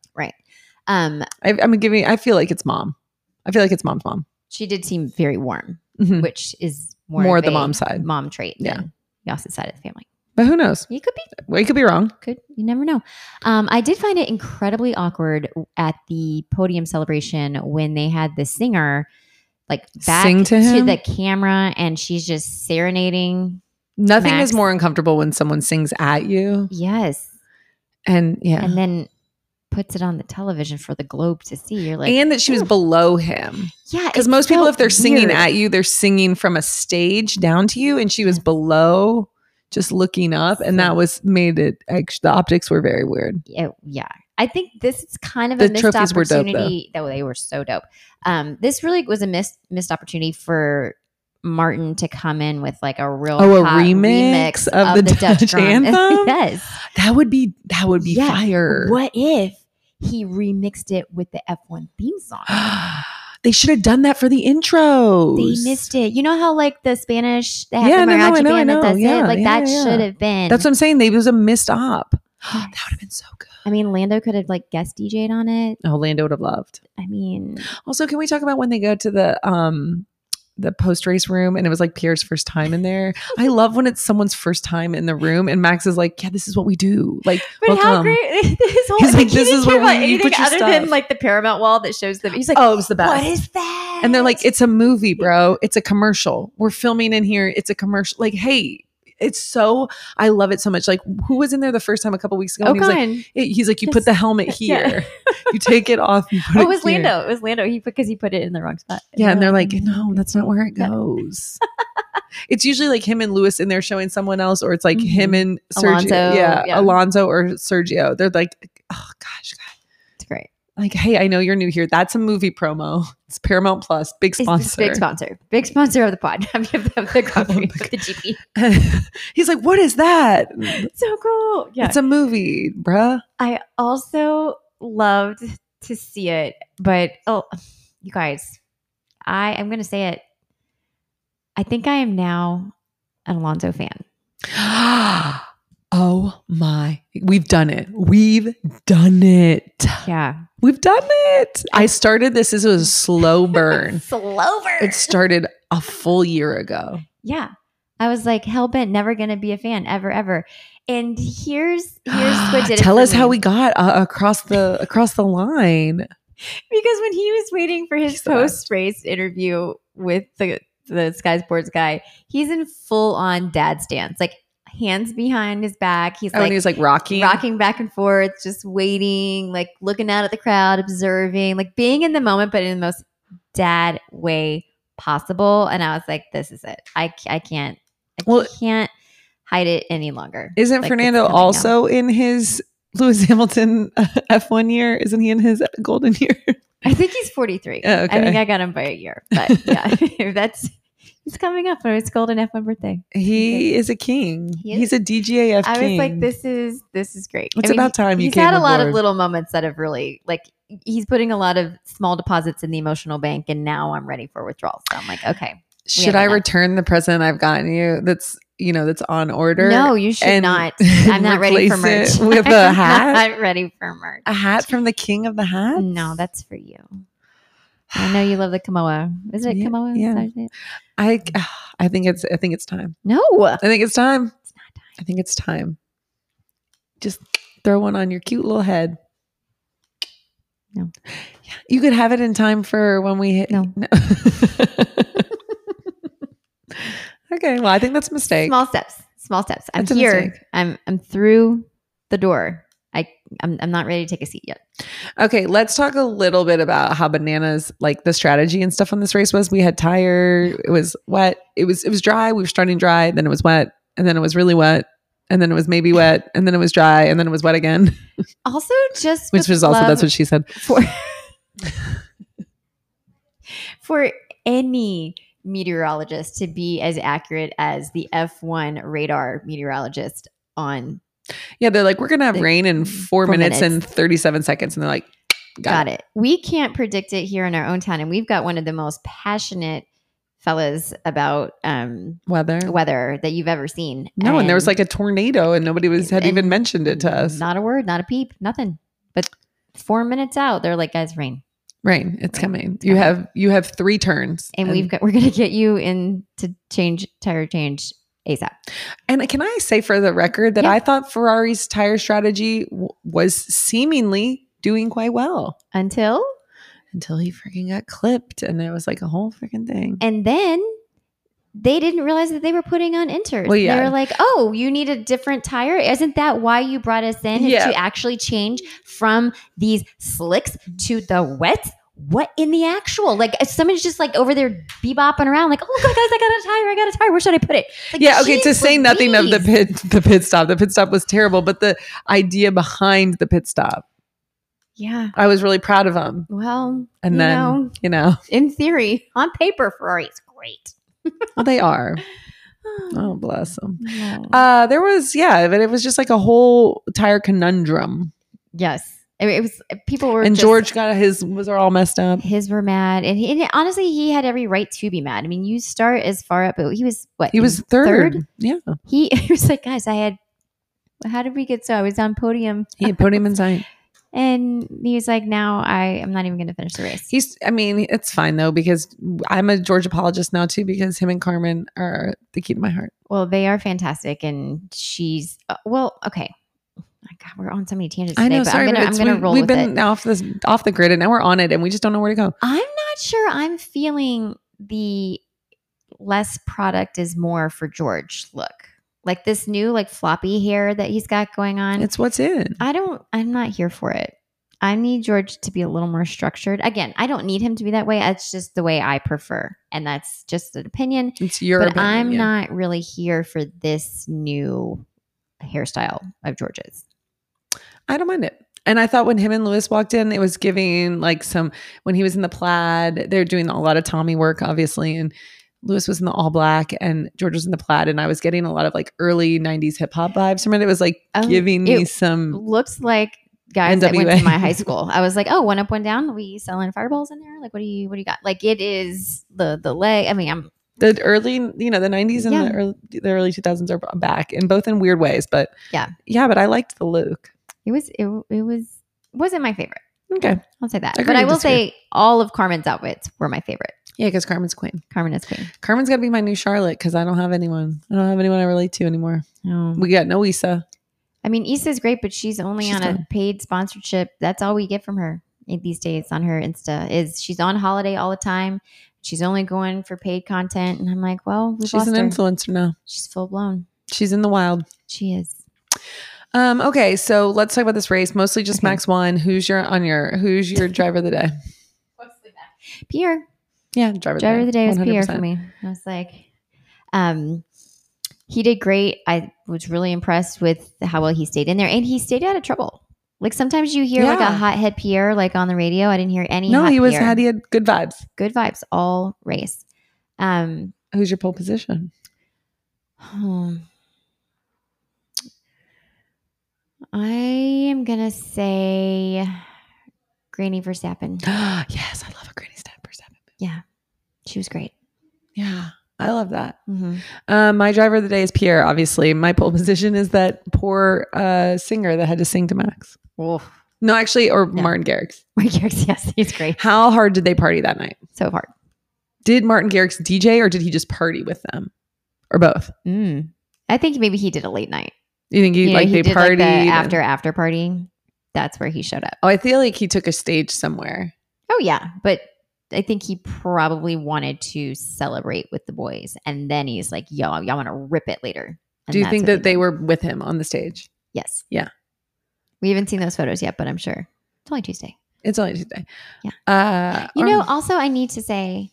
Speaker 2: um,
Speaker 1: I, I'm giving, I feel like it's mom. I feel like it's mom's mom.
Speaker 2: she did seem very warm,
Speaker 1: Mhm.
Speaker 2: which is more
Speaker 1: More
Speaker 2: of
Speaker 1: the
Speaker 2: a
Speaker 1: mom side.
Speaker 2: mom trait.
Speaker 1: Yeah.
Speaker 2: than Yas's side of the family.
Speaker 1: But who knows?
Speaker 2: You could be
Speaker 1: We could be wrong.
Speaker 2: could you never know. Um, I did find it incredibly awkward at the podium celebration when they had the singer like back
Speaker 1: Sing to him?
Speaker 2: the camera, and she's just serenading.
Speaker 1: Nothing
Speaker 2: Max.
Speaker 1: is more uncomfortable when someone sings at you.
Speaker 2: Yes,
Speaker 1: And yeah.
Speaker 2: and then puts it on the television for the globe to see. You're like,
Speaker 1: and that she was below him.
Speaker 2: Yeah,
Speaker 1: Because
Speaker 2: it's
Speaker 1: most people,
Speaker 2: so
Speaker 1: if they're singing
Speaker 2: weird.
Speaker 1: at you, they're singing from a stage down to you, and she was below, just looking up, and that was made it. ex- The optics were very weird.
Speaker 2: yeah, yeah. I think this is kind of
Speaker 1: The
Speaker 2: a missed
Speaker 1: trophies were dope, though.
Speaker 2: opportunity. Though they were so dope. Um, this really was a missed missed opportunity for Martin to come in with like a real
Speaker 1: Oh, a
Speaker 2: hot
Speaker 1: remix of the Dutch
Speaker 2: drum.
Speaker 1: anthem?
Speaker 2: yes.
Speaker 1: That would be that would be
Speaker 2: Yeah.
Speaker 1: fire.
Speaker 2: What if he remixed it with the F one theme song?
Speaker 1: they should have done that for the intros.
Speaker 2: They missed it. You know how like the Spanish they have
Speaker 1: Yeah,
Speaker 2: the
Speaker 1: no, no, I
Speaker 2: mariachi
Speaker 1: know, I
Speaker 2: band
Speaker 1: know.
Speaker 2: that does
Speaker 1: Yeah,
Speaker 2: it. Like
Speaker 1: yeah,
Speaker 2: that
Speaker 1: yeah.
Speaker 2: should have been.
Speaker 1: That's what I'm saying. They it was a missed op. that
Speaker 2: Yes.
Speaker 1: would have been so good.
Speaker 2: I mean. Lando could have like guest DJ'd on it.
Speaker 1: Orlando would have loved.
Speaker 2: I mean,
Speaker 1: Also, can we talk about when they go to the um the post race room and it was like Pierre's first time in there? I love when it's someone's first time in the room and Max is like, "Yeah, this is what we do." Like,
Speaker 2: But
Speaker 1: welcome.
Speaker 2: how great his whole
Speaker 1: He's like,
Speaker 2: like, he
Speaker 1: "This
Speaker 2: didn't
Speaker 1: is
Speaker 2: care
Speaker 1: where
Speaker 2: about
Speaker 1: we- you
Speaker 2: anything
Speaker 1: put your
Speaker 2: other
Speaker 1: stuff."
Speaker 2: than like the Paramount wall that shows them. He's like,
Speaker 1: oh, it was the best.
Speaker 2: what is that?
Speaker 1: and they're like, "It's a movie, bro. It's a commercial. We're filming in here. It's a commercial." Like, hey. It's so I love it so much. Like who was in there the first time a couple weeks ago?
Speaker 2: Oh,
Speaker 1: and he was like,
Speaker 2: Ocon.
Speaker 1: it- he's like, you
Speaker 2: Yes.
Speaker 1: put the helmet
Speaker 2: Yeah.
Speaker 1: here, you take it off. You put
Speaker 2: Oh, it was
Speaker 1: here."
Speaker 2: Lando. It was Lando. He because he put it in the wrong spot. Um,
Speaker 1: Yeah, and they're like, no, that's not where it
Speaker 2: Yeah.
Speaker 1: goes. it's usually like him and Lewis in there showing someone else, or it's like him
Speaker 2: Mhm.
Speaker 1: and Sergio.
Speaker 2: Alonso,
Speaker 1: yeah,
Speaker 2: yeah.
Speaker 1: Alonso or Sergio. They're like, oh gosh, God.
Speaker 2: It's great.
Speaker 1: like, hey, I know you're new here. That's a movie promo. It's Paramount Plus, big
Speaker 2: It's
Speaker 1: sponsor.
Speaker 2: big sponsor. Big sponsor of the pod. I'm giving them the coffee,
Speaker 1: Oh my
Speaker 2: the GP.
Speaker 1: he's like, what is that?
Speaker 2: So cool. Yeah.
Speaker 1: It's a movie, bruh.
Speaker 2: I also loved to see it, but oh, you guys, I am going to say it. I think I am now an Alonso fan.
Speaker 1: oh my, we've done it. We've done it.
Speaker 2: Yeah.
Speaker 1: We've done it. I started this as a slow burn.
Speaker 2: Slover.
Speaker 1: it started a full year ago.
Speaker 2: yeah. I was like hellbent, never going to be a fan ever, ever. And here's here's what did it
Speaker 1: Tell
Speaker 2: for
Speaker 1: us
Speaker 2: me.
Speaker 1: how we got uh, across the across the line.
Speaker 2: because when he was waiting for his
Speaker 1: He's the best.
Speaker 2: post race interview with the the Sky Sports guy, he's in full on dad stance, like hands behind his back. He's
Speaker 1: Oh, and
Speaker 2: like
Speaker 1: he was like rocking.
Speaker 2: rocking back and forth, just waiting, like looking out at the crowd, observing, like being in the moment, but in the most dad way possible. And I was like, this is it. I, c- I can't, I
Speaker 1: Well-
Speaker 2: can't hide it any longer.
Speaker 1: Isn't
Speaker 2: Like, it's
Speaker 1: Fernando
Speaker 2: coming now.
Speaker 1: also in his Lewis Hamilton uh, F1 year? Isn't he in his golden year?
Speaker 2: I think he's 43.
Speaker 1: Oh, okay.
Speaker 2: I think I got him by a year, but yeah, that's, he's coming up for his golden F1 birthday.
Speaker 1: He is a king.
Speaker 2: He is?
Speaker 1: He's a DGAF
Speaker 2: I was
Speaker 1: king.
Speaker 2: like, this is, this is great.
Speaker 1: It's
Speaker 2: I mean,
Speaker 1: about time you
Speaker 2: He's
Speaker 1: came
Speaker 2: had a lot
Speaker 1: aboard.
Speaker 2: of little moments that have really like he's putting a lot of small deposits in the emotional bank, and now I'm ready for withdrawals. So I'm like, okay,
Speaker 1: Should
Speaker 2: have
Speaker 1: I
Speaker 2: enough.
Speaker 1: return the present I've gotten you? That's you know that's on order.
Speaker 2: no, you should
Speaker 1: and-
Speaker 2: not. I'm not ready for merch.
Speaker 1: replace it with a
Speaker 2: I'm
Speaker 1: hat?
Speaker 2: not ready for merch.
Speaker 1: a hat from the king of the hats.
Speaker 2: No, that's for you. I know you love the Kamoa. Is it
Speaker 1: Yeah,
Speaker 2: Kamoa? Is
Speaker 1: yeah.
Speaker 2: that it?
Speaker 1: I I think it's I think it's time.
Speaker 2: No.
Speaker 1: I think it's time. I think it's time. Just throw one on your cute little head.
Speaker 2: No.
Speaker 1: Yeah, you could have it in time for when we hit.
Speaker 2: No.
Speaker 1: okay. Well, I think that's a mistake.
Speaker 2: Small steps. Small steps. I'm
Speaker 1: That's a
Speaker 2: here.
Speaker 1: mistake.
Speaker 2: I'm I'm through the door. I I'm, I'm not ready to take a seat yet.
Speaker 1: Okay, let's talk a little bit about how bananas, like the strategy and stuff on this race was. We had tire, it was wet, it was it was dry. We were starting dry, then it was wet, and then it was really wet, and then it was maybe wet, and then it was dry, and then it was wet again.
Speaker 2: Also, just
Speaker 1: Which
Speaker 2: with
Speaker 1: was also
Speaker 2: love
Speaker 1: that's what she said.
Speaker 2: for for any meteorologist to be as accurate as the F1 radar meteorologist on
Speaker 1: Yeah, they're like, we're gonna have
Speaker 2: They-
Speaker 1: rain in four,
Speaker 2: four
Speaker 1: minutes, and
Speaker 2: minutes.
Speaker 1: thirty seven seconds, and they're like, got,
Speaker 2: Got, it. We can't predict it here in our own town, and we've got one of the most passionate fellas about um,
Speaker 1: weather.
Speaker 2: weather that you've ever seen.
Speaker 1: Mm. No, and, there was like a tornado, and nobody was had
Speaker 2: and-
Speaker 1: even mentioned it to us.
Speaker 2: Not a word, not a peep, nothing. But four minutes out, they're like, "Guys, rain,"
Speaker 1: rain, it's
Speaker 2: Rain.
Speaker 1: coming. You
Speaker 2: coming.
Speaker 1: have you have three turns,
Speaker 2: and, we've got we're gonna get you in to change tire change asap.
Speaker 1: And can I say for the record that
Speaker 2: Yeah.
Speaker 1: I thought Ferrari's tire strategy w- was seemingly doing quite well
Speaker 2: Until
Speaker 1: until he freaking got clipped and it was like a whole freaking thing.
Speaker 2: and then they didn't realize that they were putting on inters.
Speaker 1: Well,
Speaker 2: They
Speaker 1: yeah.
Speaker 2: were like, "Oh, you need a different tire. Isn't that why you brought us in? Is
Speaker 1: Yeah.
Speaker 2: to actually change from these slicks to the wet? What in the actual? Like if someone's just like over there bebopping around, like, oh, look, guys, I got a tire. I got a tire. Where should I put it? Like,
Speaker 1: yeah, okay, to
Speaker 2: "Jeez
Speaker 1: say nothing of the
Speaker 2: Louise."
Speaker 1: pit the pit stop. The pit stop was terrible, but the idea behind the pit stop,
Speaker 2: Yeah.
Speaker 1: I was really proud of him.
Speaker 2: Well,
Speaker 1: And
Speaker 2: you
Speaker 1: then,
Speaker 2: know,
Speaker 1: you know,
Speaker 2: in theory, on paper, Ferrari's great.
Speaker 1: well, they are. Oh, bless them. Uh, there was, yeah, but it was just like a whole tire conundrum.
Speaker 2: yes. I mean, it was people were
Speaker 1: and
Speaker 2: just-
Speaker 1: George got his was all messed up.
Speaker 2: his were mad and, he, and honestly he had every right to be mad i mean you start as far up but he was what
Speaker 1: He was third. Yeah,
Speaker 2: he, he was like guys i had how did we get so i was on podium
Speaker 1: he had podium in sight.
Speaker 2: and he was like now i am not even gonna finish the race
Speaker 1: He's, I mean, it's fine though, because I'm a George apologist now too, because him and Carmen are the key to my heart.
Speaker 2: well they are fantastic and she's uh, well okay My God, we're on so many tangents today, but I'm gonna, I'm gonna roll
Speaker 1: we, have
Speaker 2: with
Speaker 1: been
Speaker 2: it.
Speaker 1: off this off the grid and now we're on it and we just don't know where to go.
Speaker 2: I'm not sure I'm feeling the less product is more for George look. Like this new like floppy hair that he's got going on.
Speaker 1: It's what's in.
Speaker 2: I don't, I'm not here for it. I need George to be a little more structured. Again, I don't need him to be that way. That's just the way I prefer. And that's just an opinion.
Speaker 1: It's your
Speaker 2: but I'm
Speaker 1: opinion.
Speaker 2: not really here for this new hairstyle of George's.
Speaker 1: I don't mind it. And I thought when him and Lewis walked in, it was giving like some when he was in the plaid, they're doing a lot of Tommy work, obviously. And Lewis was in the all black and George was in the plaid. And I was getting a lot of like early 90s hip hop vibes from it. It was like
Speaker 2: Oh,
Speaker 1: giving me
Speaker 2: it-
Speaker 1: some
Speaker 2: Looks like guys that went
Speaker 1: NWA.
Speaker 2: to my high school. I was like, oh, one up, one down. We selling fireballs in there. Like, what do you, what do you got? Like, it is the, the leg. I mean, I'm,
Speaker 1: the early you know the 90s and
Speaker 2: Yeah.
Speaker 1: the early the early 2000s are back and both in weird ways but
Speaker 2: Yeah.
Speaker 1: yeah but i liked the look
Speaker 2: it was, it, it was, wasn't my favorite.
Speaker 1: okay
Speaker 2: I'll say that.
Speaker 1: Agree
Speaker 2: but I
Speaker 1: to
Speaker 2: will
Speaker 1: disagree.
Speaker 2: say all of Carmen's outfits were my favorite.
Speaker 1: yeah because carmen's queen
Speaker 2: Carmen is queen.
Speaker 1: carmen's got to be my new charlotte because i don't have anyone i don't have anyone i relate to anymore we got no isa
Speaker 2: I mean, Issa's great, but she's only
Speaker 1: She's
Speaker 2: on
Speaker 1: done.
Speaker 2: a paid sponsorship. That's all we get from her these days on her Insta is she's on holiday all the time. She's only going for paid content. And I'm like, well, we've
Speaker 1: she's
Speaker 2: lost
Speaker 1: an
Speaker 2: her.
Speaker 1: influencer now
Speaker 2: she's full blown.
Speaker 1: she's in the wild
Speaker 2: She is.
Speaker 1: um okay so let's talk about this race mostly just
Speaker 2: Okay.
Speaker 1: max one who's your on your who's your driver of the day
Speaker 2: Pierre.
Speaker 1: yeah driver,
Speaker 2: Driver of the day was Pierre
Speaker 1: 100%.
Speaker 2: for me. I was like, um, he did great. I was really impressed with how well he stayed in there and he stayed out of trouble. Like sometimes you hear like
Speaker 1: Yeah.
Speaker 2: a hothead Pierre like on the radio. I didn't hear any.
Speaker 1: no
Speaker 2: hot
Speaker 1: he was
Speaker 2: Pierre.
Speaker 1: had he had good vibes
Speaker 2: good vibes all race. Um,
Speaker 1: who's your pole position
Speaker 2: hmm. I am gonna say Granny Verstappen.
Speaker 1: yes, I love a Granny Stepper seven.
Speaker 2: She was great.
Speaker 1: Yeah, I love that.
Speaker 2: Mhm.
Speaker 1: Um, my driver of the day is Pierre. Obviously, my pole position is that poor uh, singer that had to sing to Max. No, actually, or
Speaker 2: No.
Speaker 1: Martin Garrix.
Speaker 2: Martin Garrix, yes, he's great.
Speaker 1: How hard did they party that night?
Speaker 2: So hard.
Speaker 1: Did Martin Garrix DJ or did he just party with them, or both?
Speaker 2: Mm. I think maybe he did a late night.
Speaker 1: You think he
Speaker 2: You know,
Speaker 1: like they
Speaker 2: did,
Speaker 1: partied
Speaker 2: the
Speaker 1: and-
Speaker 2: after after party. That's where he showed up.
Speaker 1: Oh, I feel like he took a stage somewhere.
Speaker 2: Oh yeah, but I think he probably wanted to celebrate with the boys, and then he's like, "Yo, y'all want to rip it later." And
Speaker 1: Do you
Speaker 2: that's
Speaker 1: think
Speaker 2: what
Speaker 1: that
Speaker 2: he
Speaker 1: they
Speaker 2: did.
Speaker 1: were with him on the stage?
Speaker 2: Yes.
Speaker 1: Yeah.
Speaker 2: We haven't seen those photos yet, but I'm sure it's only Tuesday.
Speaker 1: It's only Tuesday.
Speaker 2: Yeah.
Speaker 1: Uh,
Speaker 2: You
Speaker 1: or-
Speaker 2: know. Also, I need to say,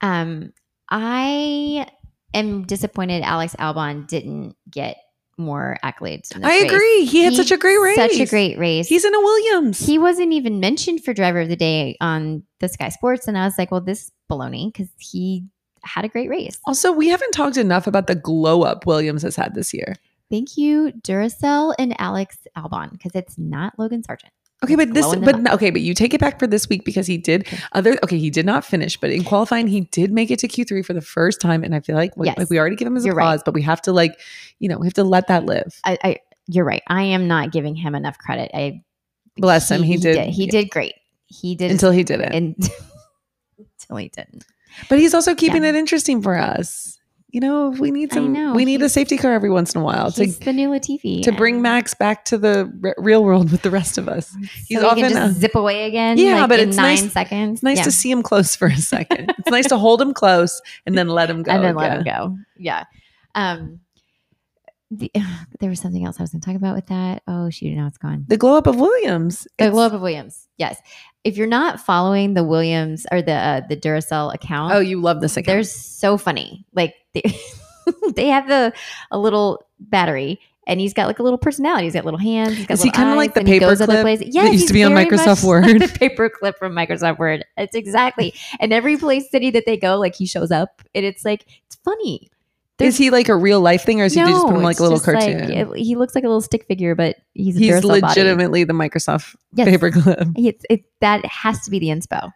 Speaker 2: um, I am disappointed Alex Albon didn't get more accolades. In this
Speaker 1: I
Speaker 2: race.
Speaker 1: agree. He had such a great race.
Speaker 2: Such a great race.
Speaker 1: He's in a Williams.
Speaker 2: he wasn't even mentioned for driver of the day on the Sky Sports, and I was like, well, this is baloney because he had a great race.
Speaker 1: also, we haven't talked enough about the glow up Williams has had this year.
Speaker 2: Thank you, Duracell and Alex Albon, because it's not Logan Sargent.
Speaker 1: Okay, but this,
Speaker 2: Glowing them
Speaker 1: but okay, but you take it back for this week because he did
Speaker 2: Okay.
Speaker 1: other. Okay, he did not finish, but in qualifying, he did make it to Q three for the first time, and I feel like we,
Speaker 2: Yes.
Speaker 1: like we already give him his
Speaker 2: You're
Speaker 1: applause,
Speaker 2: right. Uh,
Speaker 1: but we have to like, you know, we have to let that live.
Speaker 2: I, I, you're right. I am not giving him enough credit. I
Speaker 1: Bless him, he, did,
Speaker 2: He did great. He did
Speaker 1: until he didn't.
Speaker 2: and until he didn't.
Speaker 1: But he's also keeping
Speaker 2: Yeah.
Speaker 1: it interesting for us. You know, we need
Speaker 2: I
Speaker 1: some.
Speaker 2: know,
Speaker 1: we need a
Speaker 2: he's-
Speaker 1: safety car every once in a while to
Speaker 2: He's the new Latifi
Speaker 1: to bring Max back to the r- real world with the rest of us.
Speaker 2: He's
Speaker 1: he's
Speaker 2: so often
Speaker 1: often,
Speaker 2: can just
Speaker 1: uh,
Speaker 2: zip away again.
Speaker 1: Yeah,
Speaker 2: like,
Speaker 1: but
Speaker 2: in
Speaker 1: it's
Speaker 2: nine
Speaker 1: nice-
Speaker 2: seconds.
Speaker 1: It's nice
Speaker 2: yeah.
Speaker 1: to see him close for a second. it's nice to hold him close and then let him go.
Speaker 2: and then let
Speaker 1: yeah.
Speaker 2: him go. Yeah. Um, the, there was something else I was going to talk about with that. Oh shoot! Now it's gone.
Speaker 1: The glow up of Williams.
Speaker 2: The
Speaker 1: It's-
Speaker 2: globe of Williams. Yes. If you're not following the Williams or the uh, the Duracell account,
Speaker 1: Oh, you love this account.
Speaker 2: they're so funny. Like they, they have the a little battery. And he's got like a little personality. He's got little hands. He's got
Speaker 1: Is he
Speaker 2: little
Speaker 1: kinda like
Speaker 2: eyes,
Speaker 1: the
Speaker 2: and he goes
Speaker 1: paperclip
Speaker 2: other places. Yes,
Speaker 1: used
Speaker 2: he's
Speaker 1: to be on
Speaker 2: very much
Speaker 1: Microsoft
Speaker 2: like
Speaker 1: Word?
Speaker 2: the paperclip from Microsoft Word. It's exactly. And every place city that they go, like he shows up, and it's like it's funny.
Speaker 1: is he like a real life thing or is he just put him like
Speaker 2: it's
Speaker 1: a little
Speaker 2: just like-
Speaker 1: cartoon?
Speaker 2: it- he looks like a little stick figure, but he's a
Speaker 1: he's
Speaker 2: Duracell body.
Speaker 1: legitimately the Microsoft
Speaker 2: Yes.
Speaker 1: paperclip.
Speaker 2: It's, it, that has to be the inspo.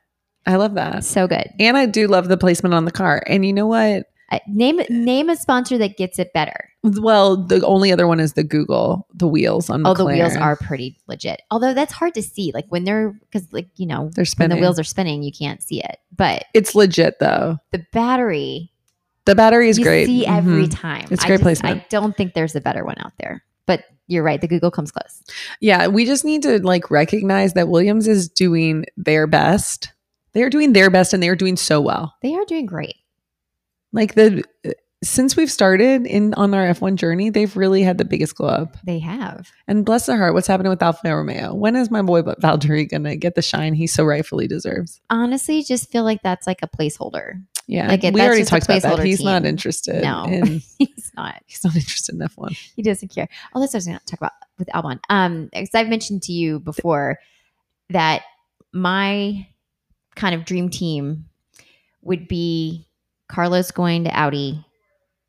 Speaker 1: I love that.
Speaker 2: So good.
Speaker 1: And I do love the placement on the car. And you know what?
Speaker 2: Uh, name name a sponsor that gets it better.
Speaker 1: Well, the only other one is the Google, the wheels on
Speaker 2: Oh, the wheels
Speaker 1: McLaren.
Speaker 2: are pretty legit. Although that's hard to see, like when they're because like you know
Speaker 1: They're
Speaker 2: when
Speaker 1: spinning.
Speaker 2: the wheels are spinning, you can't see it. But
Speaker 1: it's legit though.
Speaker 2: the battery
Speaker 1: The battery is
Speaker 2: you
Speaker 1: great.
Speaker 2: see every
Speaker 1: Mhm.
Speaker 2: time.
Speaker 1: It's
Speaker 2: I
Speaker 1: great
Speaker 2: just-
Speaker 1: placement.
Speaker 2: I don't think there's a better one out there. But you're right. The Google comes close.
Speaker 1: Yeah, we just need to like recognize that Williams is doing their best. They are doing their best and they are doing so well.
Speaker 2: They are doing great.
Speaker 1: Like the uh, since we've started in on our F1 journey, they've really had the biggest glow up.
Speaker 2: They have.
Speaker 1: And bless their heart, what's happening with Alfa Romeo? When is my boy Valtteri gonna get the shine he so rightfully deserves?
Speaker 2: Honestly, just feel like that's like a placeholder.
Speaker 1: Yeah,
Speaker 2: Like, it-
Speaker 1: we
Speaker 2: that's
Speaker 1: already
Speaker 2: just a
Speaker 1: talked about that.
Speaker 2: placeholder
Speaker 1: He's not
Speaker 2: team.
Speaker 1: interested.
Speaker 2: No.
Speaker 1: in-
Speaker 2: He's not.
Speaker 1: he's not interested in F1.
Speaker 2: He doesn't care. Oh, that's what I was going to talk about with Albon. Um, because I've mentioned to you before that my kind of dream team would be Carlos going to Audi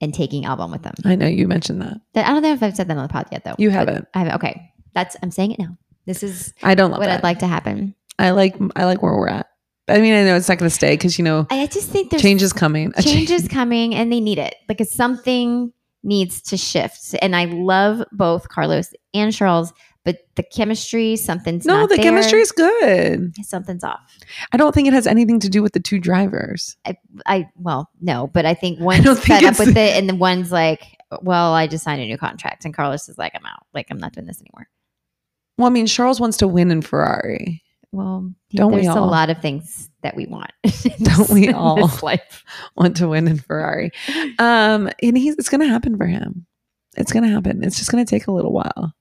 Speaker 2: and taking Albon with them.
Speaker 1: I know you mentioned that.
Speaker 2: That- I don't know if I've said that on the pod yet, though.
Speaker 1: You
Speaker 2: But
Speaker 1: haven't.
Speaker 2: I haven't. Okay, that's I'm saying it now. This is
Speaker 1: I don't love
Speaker 2: what
Speaker 1: that.
Speaker 2: I'd like to happen.
Speaker 1: I like I like where we're at. I mean, I know it's not gonna stay because you know
Speaker 2: I I just think there's
Speaker 1: change is coming. A
Speaker 2: change is coming and they need it because something needs to shift and i love both carlos and charles but the chemistry something's
Speaker 1: No,
Speaker 2: not
Speaker 1: the
Speaker 2: there.
Speaker 1: chemistry is good.
Speaker 2: something's off
Speaker 1: I don't think it has anything to do with the two drivers.
Speaker 2: i well no but i think one's
Speaker 1: don't
Speaker 2: fed
Speaker 1: think
Speaker 2: up
Speaker 1: it's-
Speaker 2: with it and the one's like well i just signed a new contract and carlos is like i'm out like i'm not doing this anymore
Speaker 1: Well, I mean, Charles wants to win in Ferrari.
Speaker 2: well
Speaker 1: Don't we
Speaker 2: there's a
Speaker 1: all?
Speaker 2: lot of things that we want
Speaker 1: Don't we
Speaker 2: in
Speaker 1: all?
Speaker 2: this life
Speaker 1: Want to win in Ferrari. Um, and he's it's gonna happen for him. It's gonna happen. It's just gonna take a little while.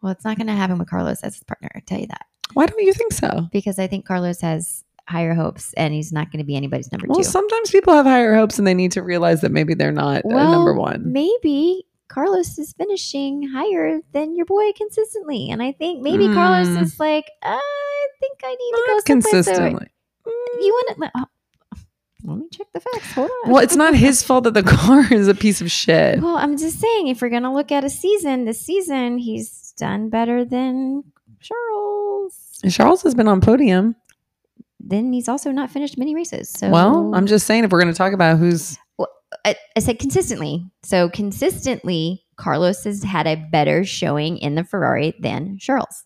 Speaker 2: well it's not going to happen with carlos as his partner i tell you that
Speaker 1: Why don't you think so?
Speaker 2: because i think carlos has higher hopes and he's not going to be anybody's number
Speaker 1: Well,
Speaker 2: two
Speaker 1: sometimes people have higher hopes and they need to realize that maybe they're not uh,
Speaker 2: Well,
Speaker 1: number one.
Speaker 2: maybe Carlos is finishing higher than your boy consistently. And I think maybe Carlos
Speaker 1: Mm.
Speaker 2: is like, "Uh, I think I need to go
Speaker 1: Not
Speaker 2: someplace over-
Speaker 1: consistently.
Speaker 2: You want to? let me check the facts. Hold on.
Speaker 1: Well, it's not his fault that the car is a piece of shit.
Speaker 2: Well, I'm just saying, if we're gonna look at a season, this season he's done better than Charles.
Speaker 1: And Charles has been on podium.
Speaker 2: Then he's also not finished many races. So
Speaker 1: well, I'm just saying if we're going to talk about who's
Speaker 2: I, I said consistently. So consistently, Carlos has had a better showing in the Ferrari than Charles.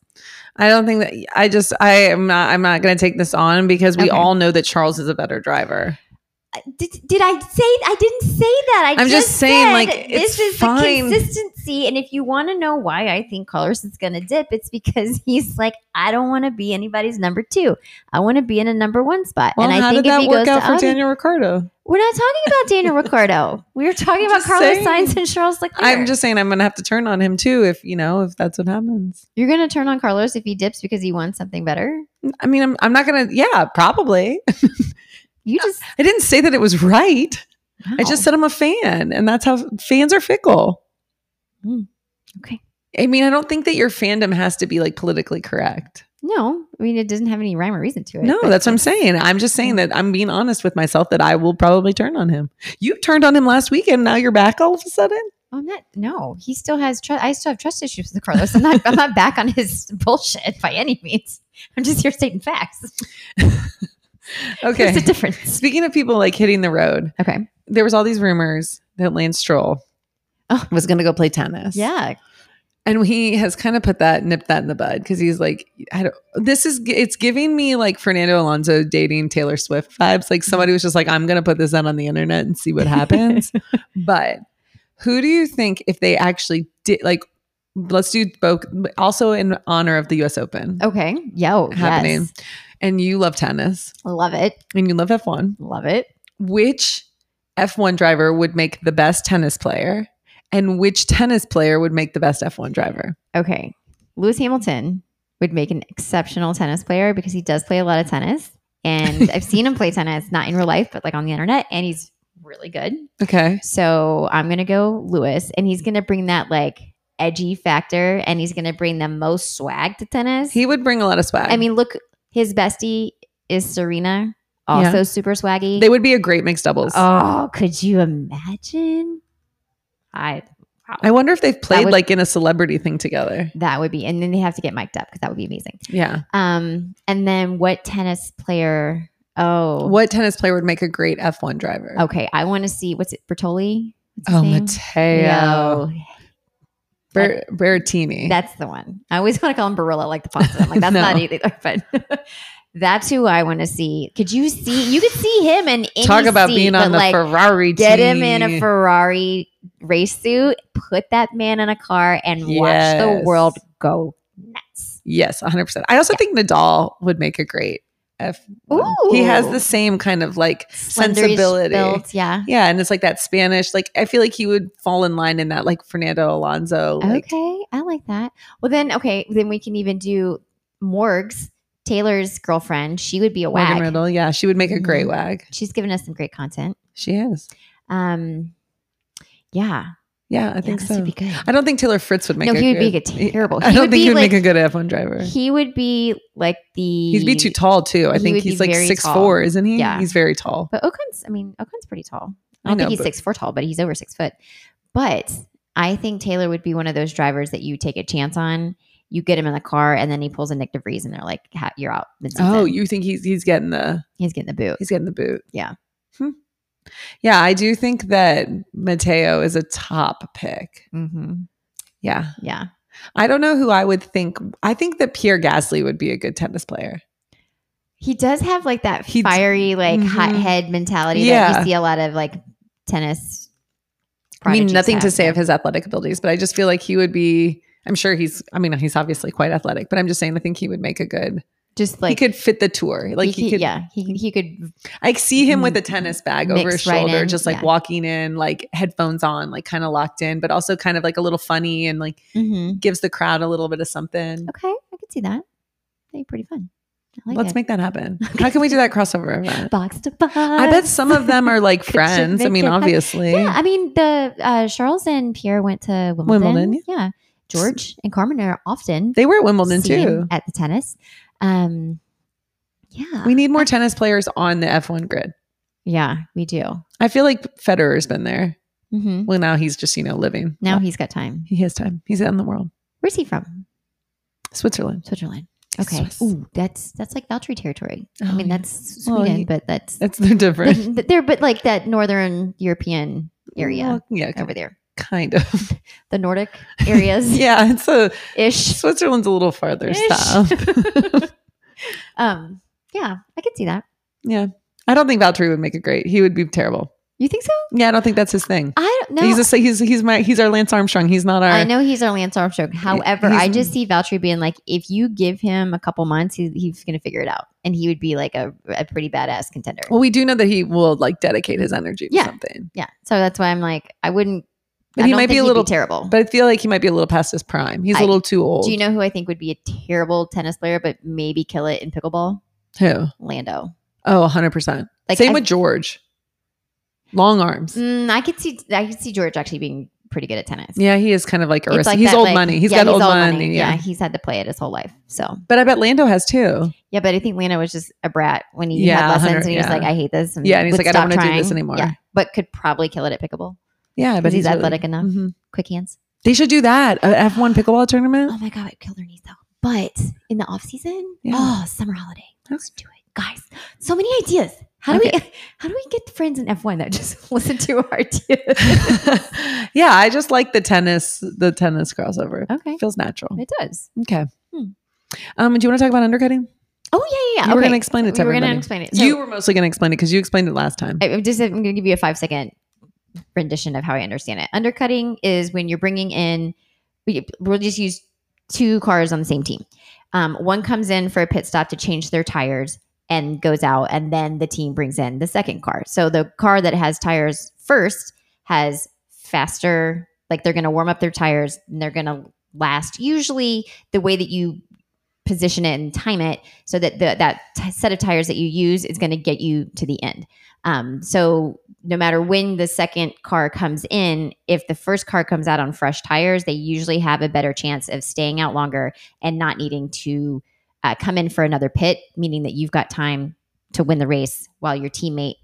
Speaker 1: I don't think that I just I am not I'm not going to take this on because we
Speaker 2: Okay.
Speaker 1: all know that Charles is a better driver.
Speaker 2: I- Uh, Did, did I say I didn't say that? I
Speaker 1: I'm just saying,
Speaker 2: said
Speaker 1: like, it's
Speaker 2: this is
Speaker 1: fine.
Speaker 2: the consistency. And if you want to know why I think Carlos is going to dip, it's because he's like, I don't want to be anybody's number two. I want to be in a number one spot.
Speaker 1: Well,
Speaker 2: and I
Speaker 1: how
Speaker 2: think
Speaker 1: did
Speaker 2: if
Speaker 1: that
Speaker 2: he
Speaker 1: work
Speaker 2: goes
Speaker 1: out
Speaker 2: to
Speaker 1: for
Speaker 2: Audi-
Speaker 1: Daniel Ricciardo?
Speaker 2: we're not talking about Daniel Ricciardo. We were talking
Speaker 1: I'm
Speaker 2: about
Speaker 1: just
Speaker 2: Carlos
Speaker 1: saying.
Speaker 2: Sainz and Charles Leclerc.
Speaker 1: I'm just saying I'm going to have to turn on him too if, you know, if that's what happens.
Speaker 2: You're going to turn on Carlos if he dips because he wants something better.
Speaker 1: I mean, I'm I'm not going to yeah, probably.
Speaker 2: You just
Speaker 1: I didn't say that it was right. I
Speaker 2: Wow.
Speaker 1: just said I'm a fan, and that's how fans are fickle.
Speaker 2: Mm. Okay.
Speaker 1: I mean, I don't think that your fandom has to be like politically correct.
Speaker 2: No, I mean it doesn't have any rhyme or reason to it.
Speaker 1: No,
Speaker 2: but-
Speaker 1: that's what I'm saying. I'm just saying that I'm being honest with myself that I will probably turn on him. You turned on him last weekend. Now you're back all of a sudden.
Speaker 2: I'm not. No, he still has trust. I still have trust issues with Carlos. I'm not. I'm not back on his bullshit by any means. I'm just here stating facts.
Speaker 1: Okay.
Speaker 2: There's a difference.
Speaker 1: Speaking of people like hitting the road,
Speaker 2: Okay.
Speaker 1: there was all these rumors that Lance Stroll
Speaker 2: Oh.
Speaker 1: was going to go play tennis.
Speaker 2: Yeah.
Speaker 1: and he has kind of put that nipped that in the bud because he's like i don't this is it's giving me like fernando alonso dating taylor swift vibes like somebody was just like i'm gonna put this out on the internet and see what happens but who do you think if they actually did like let's do both also in honor of the us open
Speaker 2: Okay. Yo.
Speaker 1: Happening.
Speaker 2: Yes.
Speaker 1: and you love tennis
Speaker 2: Love it.
Speaker 1: and you love f1
Speaker 2: Love it.
Speaker 1: which f1 driver would make the best tennis player and which tennis player would make the best f1 driver
Speaker 2: Okay. Lewis Hamilton would make an exceptional tennis player because he does play a lot of tennis. And I've seen him play tennis, not in real life, but like on the internet. And he's really good.
Speaker 1: okay
Speaker 2: So I'm going to go Lewis. And he's going to bring that like edgy factor and he's going to bring the most swag to tennis.
Speaker 1: he would bring a lot of swag
Speaker 2: I mean, look, his bestie is Serena, also
Speaker 1: Yeah.
Speaker 2: super swaggy.
Speaker 1: They would be a great mixed doubles.
Speaker 2: oh, could you imagine? I.
Speaker 1: I wonder if they've played
Speaker 2: would-
Speaker 1: like in a celebrity thing together.
Speaker 2: That would be, and then they have to get mic'd up because that would be amazing.
Speaker 1: Yeah.
Speaker 2: Um, and then what tennis player? Oh,
Speaker 1: What tennis player would make a great F1 driver?
Speaker 2: Okay, I want to see what's it Bertoli. What's his
Speaker 1: Oh,
Speaker 2: name?
Speaker 1: Matteo
Speaker 2: No,
Speaker 1: Ber- Berrettini.
Speaker 2: that's the one. I always want to call him Barilla, like the pasta. I'm like, that's
Speaker 1: No.
Speaker 2: not it either, but that's who I want to see. Could you see? You could see him in any
Speaker 1: Talk about
Speaker 2: seat,
Speaker 1: being on
Speaker 2: but,
Speaker 1: the
Speaker 2: like,
Speaker 1: Ferrari
Speaker 2: Get
Speaker 1: team.
Speaker 2: him in a Ferrari race suit, put that man in a car, and watch
Speaker 1: Yes.
Speaker 2: the world go nuts.
Speaker 1: Yes, 100%. I also think Nadal would make a great F. He has
Speaker 2: Ooh.
Speaker 1: the same kind of like
Speaker 2: Slenderish
Speaker 1: sensibility.
Speaker 2: built, yeah.
Speaker 1: yeah, and it's like that Spanish. Like I feel like he would fall in line in that like Fernando Alonso. Like
Speaker 2: okay, I like that. Well, then, okay, then we can even do Morgs, Taylor's girlfriend. She would be a
Speaker 1: Morgan
Speaker 2: wag.
Speaker 1: Riddle. Yeah, she would make a great
Speaker 2: Mhm.
Speaker 1: wag.
Speaker 2: She's given us some great content.
Speaker 1: She is.
Speaker 2: Um, yeah,
Speaker 1: Yeah, I
Speaker 2: yeah,
Speaker 1: think
Speaker 2: this
Speaker 1: so.
Speaker 2: would be good.
Speaker 1: I don't think Taylor Fritz would make.
Speaker 2: No,
Speaker 1: a
Speaker 2: he would be
Speaker 1: good-
Speaker 2: a terrible-
Speaker 1: I
Speaker 2: he
Speaker 1: don't
Speaker 2: would
Speaker 1: think
Speaker 2: be
Speaker 1: he would make
Speaker 2: like-
Speaker 1: a good F1 driver.
Speaker 2: He would be like the.
Speaker 1: He'd be too tall too. I
Speaker 2: he
Speaker 1: think
Speaker 2: would be
Speaker 1: he's like
Speaker 2: very
Speaker 1: six
Speaker 2: tall.
Speaker 1: four, isn't he?
Speaker 2: Yeah.
Speaker 1: he's very tall.
Speaker 2: But Okun's, I mean, Okun's pretty tall. I
Speaker 1: I
Speaker 2: don't
Speaker 1: know,
Speaker 2: think he's
Speaker 1: but-
Speaker 2: six four tall, but he's over six foot. But I think Taylor would be one of those drivers that you take a chance on. You get him in the car, and then he pulls a Nick DeVries, and they're like, "Ha- "You're out." mid-season."
Speaker 1: Oh, you think he's he's getting the
Speaker 2: he's getting the boot.
Speaker 1: he's getting the boot?
Speaker 2: Yeah.
Speaker 1: Hmm. Yeah, I do think that Mateo is a top pick.
Speaker 2: hmm
Speaker 1: Yeah,
Speaker 2: Yeah.
Speaker 1: I don't know who I would think. I think that Pierre Gasly would be a good tennis player.
Speaker 2: He does have like that
Speaker 1: He d-
Speaker 2: fiery, like
Speaker 1: Mhm.
Speaker 2: hot head mentality that
Speaker 1: Yeah.
Speaker 2: you see a lot of like tennis.
Speaker 1: I mean,
Speaker 2: prodigies
Speaker 1: nothing to
Speaker 2: have.
Speaker 1: say of his athletic abilities, but I just feel like he would be. I'm sure he's. I mean, he's obviously quite athletic, but I'm just saying. I think he would make a good.
Speaker 2: Just like
Speaker 1: he could fit the tour. Like he, could.
Speaker 2: yeah, he he could.
Speaker 1: I see him with a tennis bag over
Speaker 2: Mm-hmm. Mixed
Speaker 1: his
Speaker 2: right
Speaker 1: shoulder,
Speaker 2: in,
Speaker 1: just like
Speaker 2: yeah.
Speaker 1: walking in, like headphones on, like kind of locked in, but also kind of like a little funny and like
Speaker 2: Mhm.
Speaker 1: gives the crowd a little bit of something.
Speaker 2: Okay, I could see that. That'd be pretty fun. I like
Speaker 1: Let's
Speaker 2: it.
Speaker 1: make that happen. How can we do that crossover event?
Speaker 2: box to box.
Speaker 1: I bet some of them are like
Speaker 2: Uh, Could you
Speaker 1: friends. I
Speaker 2: make
Speaker 1: mean,
Speaker 2: it happen?
Speaker 1: obviously.
Speaker 2: Yeah, I mean the uh, Charles and Pierre went to Wimbledon.
Speaker 1: Wimbledon, yeah.
Speaker 2: yeah. George and Carmen are often
Speaker 1: They were at Wimbledon
Speaker 2: seen
Speaker 1: too.
Speaker 2: at the tennis. Um, yeah,
Speaker 1: We need more tennis players on the F1 grid.
Speaker 2: yeah, we do.
Speaker 1: I feel like Federer's been there.
Speaker 2: hmm
Speaker 1: Well, now he's just, you know, living.
Speaker 2: Now he's got time.
Speaker 1: he has time. He's out in the world.
Speaker 2: Where's he from?
Speaker 1: Switzerland.
Speaker 2: Switzerland. Okay.
Speaker 1: Swiss.
Speaker 2: Ooh, that's that's like Valtteri territory. I
Speaker 1: Oh,
Speaker 2: mean,
Speaker 1: yeah.
Speaker 2: that's
Speaker 1: Well,
Speaker 2: Sweden,
Speaker 1: you-
Speaker 2: but that's
Speaker 1: That's the
Speaker 2: th-
Speaker 1: difference.
Speaker 2: th- there, but like that northern European area
Speaker 1: Well, yeah,
Speaker 2: over there,
Speaker 1: kind of.
Speaker 2: the Nordic areas
Speaker 1: yeah, it's a
Speaker 2: ish.
Speaker 1: Switzerland's a little farther
Speaker 2: Ish.
Speaker 1: south.
Speaker 2: Um, yeah, I could see that.
Speaker 1: yeah, I don't think Valtteri would make it great. He would be terrible.
Speaker 2: You think so?
Speaker 1: Yeah, I don't think that's his thing.
Speaker 2: I don't know.
Speaker 1: He's a sa- he's he's my he's our Lance Armstrong. He's not our.
Speaker 2: I know he's our Lance Armstrong. However,
Speaker 1: he's-
Speaker 2: I just see Valtteri being like, if you give him a couple months, he, he's going to figure it out, and he would be like a, a pretty badass contender.
Speaker 1: Well, we do know that he will like dedicate his energy to
Speaker 2: Yeah.
Speaker 1: something,
Speaker 2: yeah, so that's why I'm like, I wouldn't.
Speaker 1: But
Speaker 2: I
Speaker 1: he
Speaker 2: don't
Speaker 1: might be
Speaker 2: think
Speaker 1: a
Speaker 2: he'd
Speaker 1: little-
Speaker 2: terrible.
Speaker 1: but I feel like he might be a little past his prime. He's a
Speaker 2: I-
Speaker 1: little too old.
Speaker 2: Do you know who I think would be a terrible tennis player, but maybe kill it in pickleball?
Speaker 1: who?
Speaker 2: Lando.
Speaker 1: Oh, 100 percent.
Speaker 2: Like
Speaker 1: Same
Speaker 2: I,
Speaker 1: with George. Long arms.
Speaker 2: Mm, I could see. I could see George actually being pretty good at tennis.
Speaker 1: Yeah, he is kind of like
Speaker 2: It's
Speaker 1: Arista.
Speaker 2: like
Speaker 1: he's
Speaker 2: that,
Speaker 1: old
Speaker 2: like-
Speaker 1: money. He's
Speaker 2: yeah,
Speaker 1: got old, money. Yeah.
Speaker 2: he's had to play it his whole life. So
Speaker 1: but I bet Lando has too.
Speaker 2: yeah, but I think Lando was just a brat when he
Speaker 1: Yeah,
Speaker 2: had lessons,
Speaker 1: 100,
Speaker 2: and he was
Speaker 1: yeah.
Speaker 2: like, "I hate this."
Speaker 1: Yeah, and he's
Speaker 2: would
Speaker 1: like, "I don't
Speaker 2: stop
Speaker 1: wanna do this
Speaker 2: trying.
Speaker 1: anymore."
Speaker 2: Yeah, but could probably kill it at pickleball.
Speaker 1: Yeah, I bet
Speaker 2: Because he's
Speaker 1: really-
Speaker 2: athletic enough.
Speaker 1: Mhm.
Speaker 2: Quick hands.
Speaker 1: They should do that. A F one pickleball
Speaker 2: Oh
Speaker 1: tournament.
Speaker 2: my god, it killed her knees though. But in the off season,
Speaker 1: Yeah.
Speaker 2: oh, summer holiday.
Speaker 1: That's-
Speaker 2: Let's do it, guys. So many ideas. How do we? How do we get friends in F one that just listen to our ideas?
Speaker 1: yeah, I just like the tennis. The tennis crossover
Speaker 2: okay,
Speaker 1: It feels natural.
Speaker 2: it does.
Speaker 1: Okay.
Speaker 2: Hmm.
Speaker 1: Um, do you want to talk about undercutting?
Speaker 2: Oh yeah, yeah, yeah.
Speaker 1: You were
Speaker 2: okay.
Speaker 1: going to explain it to
Speaker 2: we were
Speaker 1: everybody.
Speaker 2: gonna explain it. So
Speaker 1: you were mostly going to explain it because you explained it last time.
Speaker 2: I- I'm just I'm gonna give you a five second rendition of how I understand it. Undercutting is when you're bringing in. we- We'll just use two cars on the same team. Um, one comes in for a pit stop to change their tires and goes out, and then the team brings in the second car. So the car that has tires first has faster, like they're going to warm up their tires and they're going to last. Usually, the way that you position it and time it so that the, that t- set of tires that you use is going to get you to the end. Um, so no matter when the second car comes in, if the first car comes out on fresh tires, they usually have a better chance of staying out longer and not needing to uh, come in for another pit, meaning that you've got time to win the race while your teammate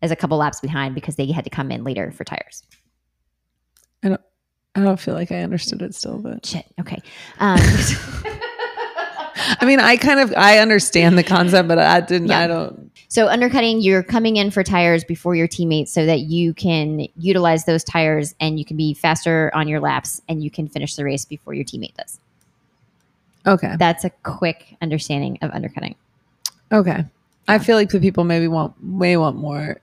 Speaker 2: is a couple laps behind because they had to come in later for tires.
Speaker 1: I don't feel like I understood it still, but
Speaker 2: Shit. Okay. Um,
Speaker 1: I mean, I kind of I understand the concept, but I didn't.
Speaker 2: Yeah.
Speaker 1: I don't.
Speaker 2: So undercutting, you're coming in for tires before your teammates so that you can utilize those tires and you can be faster on your laps and you can finish the race before your teammate does.
Speaker 1: Okay.
Speaker 2: That's a quick understanding of undercutting.
Speaker 1: Okay. I feel like the people maybe want may want more.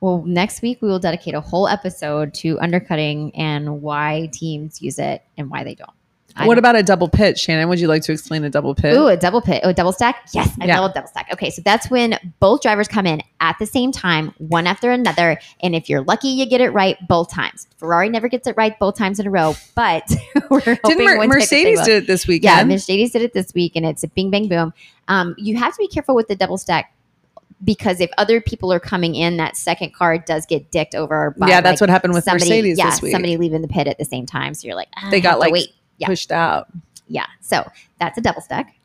Speaker 2: Well, next week we will dedicate a whole episode to undercutting and why teams use it and why they don't. I
Speaker 1: what
Speaker 2: don't-
Speaker 1: about a double pit, Shannon? Would you like to explain a double pit?
Speaker 2: Ooh, a double pit. Oh, a double stack? Yes, I
Speaker 1: Yeah.
Speaker 2: love double stack. Okay, so that's when both drivers come in at the same time, one after another. And if you're lucky, you get it right both times. Ferrari never gets it right both times in a row, but we're hoping
Speaker 1: Didn't Mer-
Speaker 2: one day that they
Speaker 1: Mercedes
Speaker 2: will.
Speaker 1: did it this
Speaker 2: Yeah,
Speaker 1: weekend?
Speaker 2: Mercedes did it this week, and it's a bing, bang, boom. Um, you have to be careful with the double stack because if other people are coming in, that second car does get dicked over. By,
Speaker 1: Yeah, that's
Speaker 2: like,
Speaker 1: what happened with
Speaker 2: somebody,
Speaker 1: Mercedes
Speaker 2: yeah,
Speaker 1: this week.
Speaker 2: somebody leaving the pit at the same time. So you're like, "Ah,
Speaker 1: They
Speaker 2: I
Speaker 1: got,
Speaker 2: have to
Speaker 1: like,
Speaker 2: wait. yeah.
Speaker 1: pushed out.
Speaker 2: Yeah, so that's a double stack.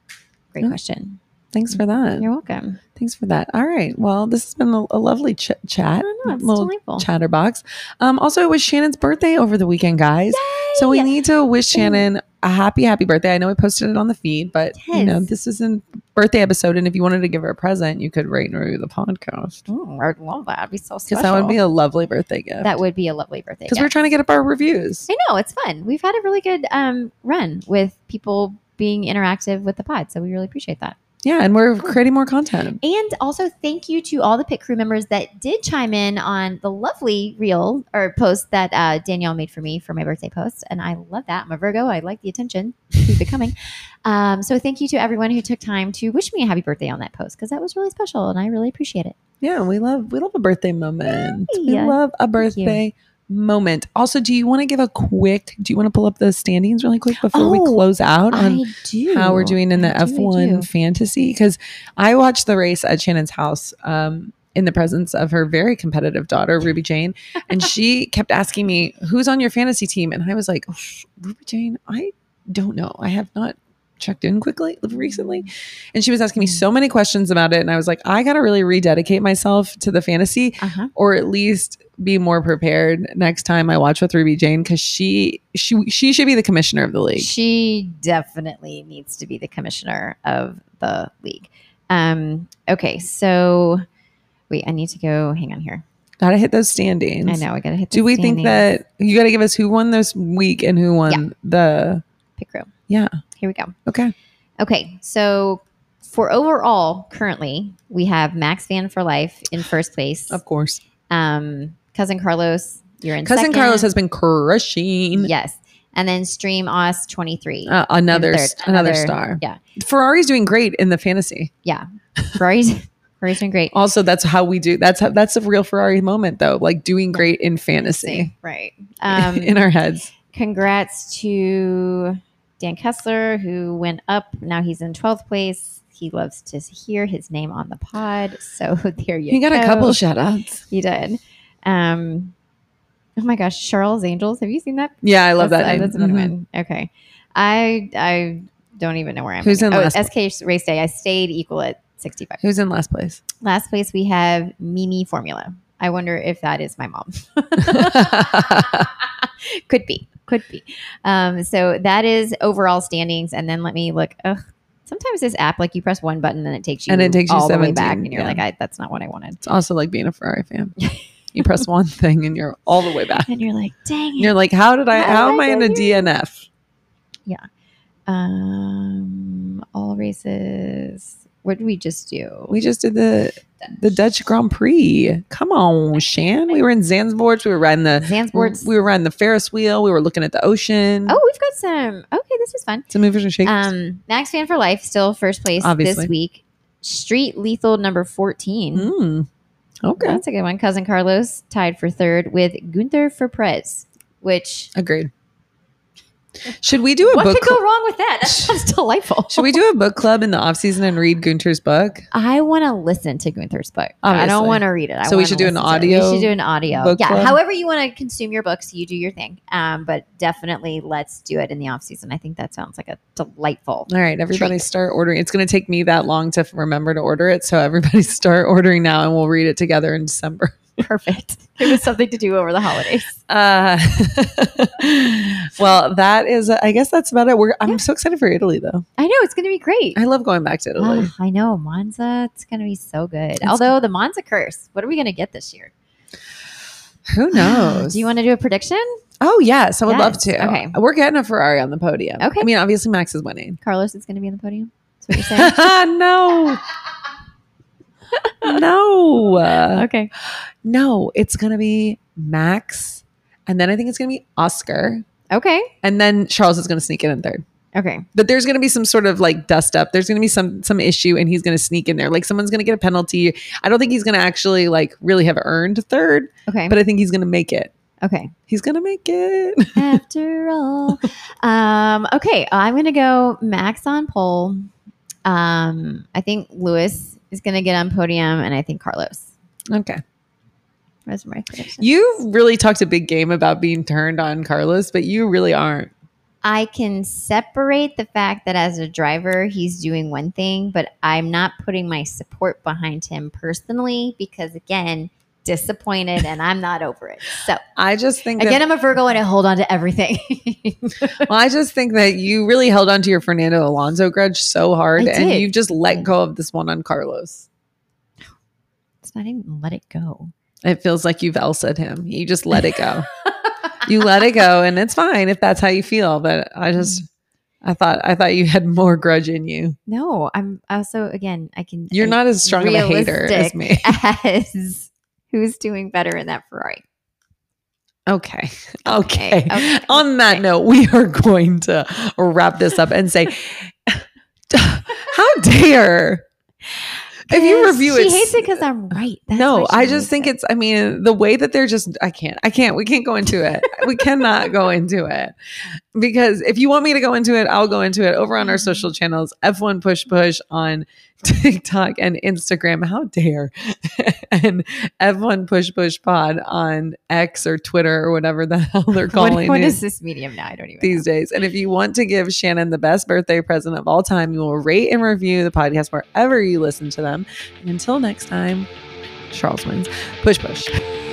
Speaker 2: Great
Speaker 1: Mm.
Speaker 2: question.
Speaker 1: Thanks for that.
Speaker 2: You're welcome.
Speaker 1: Thanks for that. All right. Well, this has been a, a lovely ch- chat,
Speaker 2: I don't know. It's
Speaker 1: little
Speaker 2: delightful.
Speaker 1: chatterbox. Um, also, it was Shannon's birthday over the weekend, guys. So we
Speaker 2: Yay!
Speaker 1: need to wish Shannon a happy, happy birthday. I know we posted it on the feed, but you know
Speaker 2: Yes.
Speaker 1: this is a birthday episode, and if you wanted to give her a present, you could rate and review the podcast
Speaker 2: Ooh, I'd love that. I'd be so
Speaker 1: because
Speaker 2: special.
Speaker 1: that would be a lovely birthday gift.
Speaker 2: that would be a lovely birthday.
Speaker 1: because
Speaker 2: gift.
Speaker 1: we're trying to get up our reviews.
Speaker 2: I know it's fun. We've had a really good um, run with people being interactive with the pod, so we really appreciate that.
Speaker 1: Yeah, and we're creating more content.
Speaker 2: And also, thank you to all the pit crew members that did chime in on the lovely reel or post that uh, Danielle made for me for my birthday post. And I love that. I'm a Virgo. I like the attention. Keep it coming. Um, so, thank you to everyone who took time to wish me a happy birthday on that post because that was really special and I really appreciate it.
Speaker 1: Yeah, we love we love a birthday moment. We
Speaker 2: Yeah.
Speaker 1: love a
Speaker 2: you.
Speaker 1: birthday moment. Also, do you want to give a quick? Do you want to pull up the standings really quick before we
Speaker 2: Oh,
Speaker 1: close out on
Speaker 2: I do.
Speaker 1: how we're doing in the
Speaker 2: I do, I
Speaker 1: F one
Speaker 2: do.
Speaker 1: fantasy? Because I watched the race at Shannon's house. Um, in the presence of her very competitive daughter, Ruby Jane. And she kept asking me, Who's on your fantasy team? And I was like, oh, Ruby Jane, I don't know. I have not checked in quickly recently, and she was asking me so many questions about it, and I was like, I gotta really rededicate myself to the fantasy,
Speaker 2: Uh-huh.
Speaker 1: or at least be more prepared next time I watch with Ruby Jane because she she she should be the commissioner of the league.
Speaker 2: She definitely needs to be the commissioner of the league. Um, okay, so wait, I need to go. Hang on here.
Speaker 1: Gotta hit those standings.
Speaker 2: I know I gotta hit.
Speaker 1: Do
Speaker 2: the
Speaker 1: we think
Speaker 2: standings.
Speaker 1: that you got to give us who won this week and who won
Speaker 2: Yeah.
Speaker 1: the?
Speaker 2: pick room?
Speaker 1: Yeah.
Speaker 2: Here we go.
Speaker 1: Okay.
Speaker 2: Okay, so for overall, currently we have Max Van for life in first place.
Speaker 1: Of course.
Speaker 2: Um, cousin Carlos, you're in.
Speaker 1: Cousin
Speaker 2: second.
Speaker 1: Carlos has been crushing.
Speaker 2: yes, and then Stream Os twenty three.
Speaker 1: Uh, another
Speaker 2: In third,
Speaker 1: s- another,
Speaker 2: another-
Speaker 1: star.
Speaker 2: yeah.
Speaker 1: Ferrari's doing great in the fantasy.
Speaker 2: yeah, Ferrari's Ferrari's doing great.
Speaker 1: Also, that's how we do. That's how that's a real Ferrari moment though. Like doing great in fantasy
Speaker 2: Right. Um,
Speaker 1: in our heads.
Speaker 2: congrats to Dan Kessler, who went up. Now he's in 12th place. He loves to hear his name on the pod. So there you
Speaker 1: He got a
Speaker 2: go.
Speaker 1: couple shout outs.
Speaker 2: he did. Um, oh my gosh, Charles Angels. Have you seen that?
Speaker 1: Yeah, I love
Speaker 2: that's,
Speaker 1: that. name.
Speaker 2: That's another
Speaker 1: Mhm.
Speaker 2: one. Okay. I I don't even know where I'm.
Speaker 1: Who's in
Speaker 2: oh,
Speaker 1: last
Speaker 2: SK race day. I stayed equal at 65.
Speaker 1: Who's in last place?
Speaker 2: Last place we have Mimi Formula. I wonder if that is my mom. could be could be um, so that is overall standings and then let me look Ugh. sometimes this app like you press one button and it takes you
Speaker 1: And it takes you
Speaker 2: all the way back
Speaker 1: 17,
Speaker 2: and you're
Speaker 1: yeah.
Speaker 2: like I, that's not what i wanted
Speaker 1: It's also like being a Ferrari fan. You press one thing and you're all the way back.
Speaker 2: and you're like dang it
Speaker 1: You're like, how did I?
Speaker 2: How
Speaker 1: How
Speaker 2: did
Speaker 1: am
Speaker 2: I
Speaker 1: I in a
Speaker 2: get
Speaker 1: DNF?
Speaker 2: um all races what did we just do
Speaker 1: We just did the the Dutch Grand Prix. Come on, Shan. We were in Zandvoort. We were riding the
Speaker 2: Zansports.
Speaker 1: we were riding the Ferris wheel. We were looking at the ocean.
Speaker 2: oh we've got some okay this was fun
Speaker 1: some movers and shakers.
Speaker 2: um max fan for life still first place
Speaker 1: Obviously.
Speaker 2: this week street lethal number 14
Speaker 1: Mm. Okay,
Speaker 2: That's a good one. Cousin Carlos tied for third with Gunther for Perez, which
Speaker 1: agreed. Should we do a
Speaker 2: what
Speaker 1: book?
Speaker 2: could
Speaker 1: Cl-
Speaker 2: go wrong with that? That sounds delightful.
Speaker 1: should we do a book club in the off season and read Gunter's book?
Speaker 2: I want to listen to Gunther's book. I
Speaker 1: Obviously.
Speaker 2: don't want to read it. I
Speaker 1: So we
Speaker 2: wanna
Speaker 1: should do an
Speaker 2: listen to it.
Speaker 1: audio
Speaker 2: We should do an audio.
Speaker 1: book
Speaker 2: yeah.
Speaker 1: club?
Speaker 2: However you want to consume your books, you do your thing. Um, but definitely let's do it in the off season. I think that sounds like a delightful.
Speaker 1: All right, everybody
Speaker 2: Treat.
Speaker 1: start ordering. It's going to take me that long to f- remember to order it, so everybody start ordering now, and we'll read it together in December.
Speaker 2: Perfect. it was something to do over the holidays.
Speaker 1: Uh, well, that is, I guess that's about it. We're, I'm
Speaker 2: Yeah.
Speaker 1: so excited for Italy though.
Speaker 2: I know it's going to be great.
Speaker 1: I love going back to Italy.
Speaker 2: Ah, I know Monza. It's going to be so good.
Speaker 1: It's-
Speaker 2: Although the Monza curse, what are we going to get this year?
Speaker 1: Who knows?
Speaker 2: Do you want to do a prediction?
Speaker 1: oh yes, I would love
Speaker 2: Yes,
Speaker 1: to.
Speaker 2: Okay.
Speaker 1: We're getting a Ferrari on the podium.
Speaker 2: Okay.
Speaker 1: I mean, obviously Max is winning.
Speaker 2: Carlos is going to be on the podium. That's what you're saying.
Speaker 1: no. no.
Speaker 2: okay.
Speaker 1: no, it's going to be Max. And then I think it's going to be Oscar.
Speaker 2: Okay.
Speaker 1: And then Charles is going to sneak in in third.
Speaker 2: Okay.
Speaker 1: that there's going to be some sort of like dust up. There's going to be some some issue, and he's going to sneak in there. Like someone's going to get a penalty. I don't think he's going to actually like really have earned third,
Speaker 2: Okay.
Speaker 1: but I think he's going to make it.
Speaker 2: okay.
Speaker 1: He's going to make it.
Speaker 2: After all. Um, okay. I'm going to go Max on pole. Um, I think Lewis is going to get on podium, and I think Carlos.
Speaker 1: Okay,
Speaker 2: Those are my predictions.
Speaker 1: you really talked a big game about being turned on Carlos, but you really aren't.
Speaker 2: I can separate the fact that as a driver, he's doing one thing, but I'm not putting my support behind him personally because, again, disappointed and I'm not over it. So,
Speaker 1: I just think
Speaker 2: again,
Speaker 1: that,
Speaker 2: I'm a Virgo and I hold on to everything.
Speaker 1: well, I just think that you really held on to your Fernando Alonso grudge so hard,
Speaker 2: I
Speaker 1: and
Speaker 2: did.
Speaker 1: you've just let go of this one on Carlos.
Speaker 2: It's not even let it go.
Speaker 1: It feels like you've elsa'd him. You just let it go. you let it go, and it's fine if that's how you feel. But I
Speaker 2: Mm.
Speaker 1: just, I thought, I thought you had more grudge in you.
Speaker 2: No, I'm also again. I can.
Speaker 1: You're
Speaker 2: I'm
Speaker 1: not as strong of a hater as
Speaker 2: realistic
Speaker 1: me.
Speaker 2: as who's doing better in that Ferrari.
Speaker 1: Okay. Okay.
Speaker 2: okay,
Speaker 1: On that
Speaker 2: okay.
Speaker 1: note, we are going to wrap this up and say, how dare. If you
Speaker 2: 'Cause
Speaker 1: review
Speaker 2: she
Speaker 1: it,
Speaker 2: hates it because I'm right. That's
Speaker 1: no,
Speaker 2: why she
Speaker 1: I just
Speaker 2: hates
Speaker 1: think
Speaker 2: it.
Speaker 1: it's, I mean, the way that they're just, I can't, I can't, we can't go into it. we cannot go into it
Speaker 2: Mm-hmm.
Speaker 1: because if you want me to go into it, I'll go into it over on our social channels F1 Push Push on TikTok and Instagram. How dare? and F1 Push Push Pod on X or Twitter or whatever the hell they're
Speaker 2: What,
Speaker 1: calling
Speaker 2: what
Speaker 1: it
Speaker 2: is this medium now? I don't even.
Speaker 1: these days. And if you want to give Shannon the best birthday present of all time, you will rate and review the podcast wherever you listen to them. And until next time, Charles wins. Push, push.
Speaker 2: know.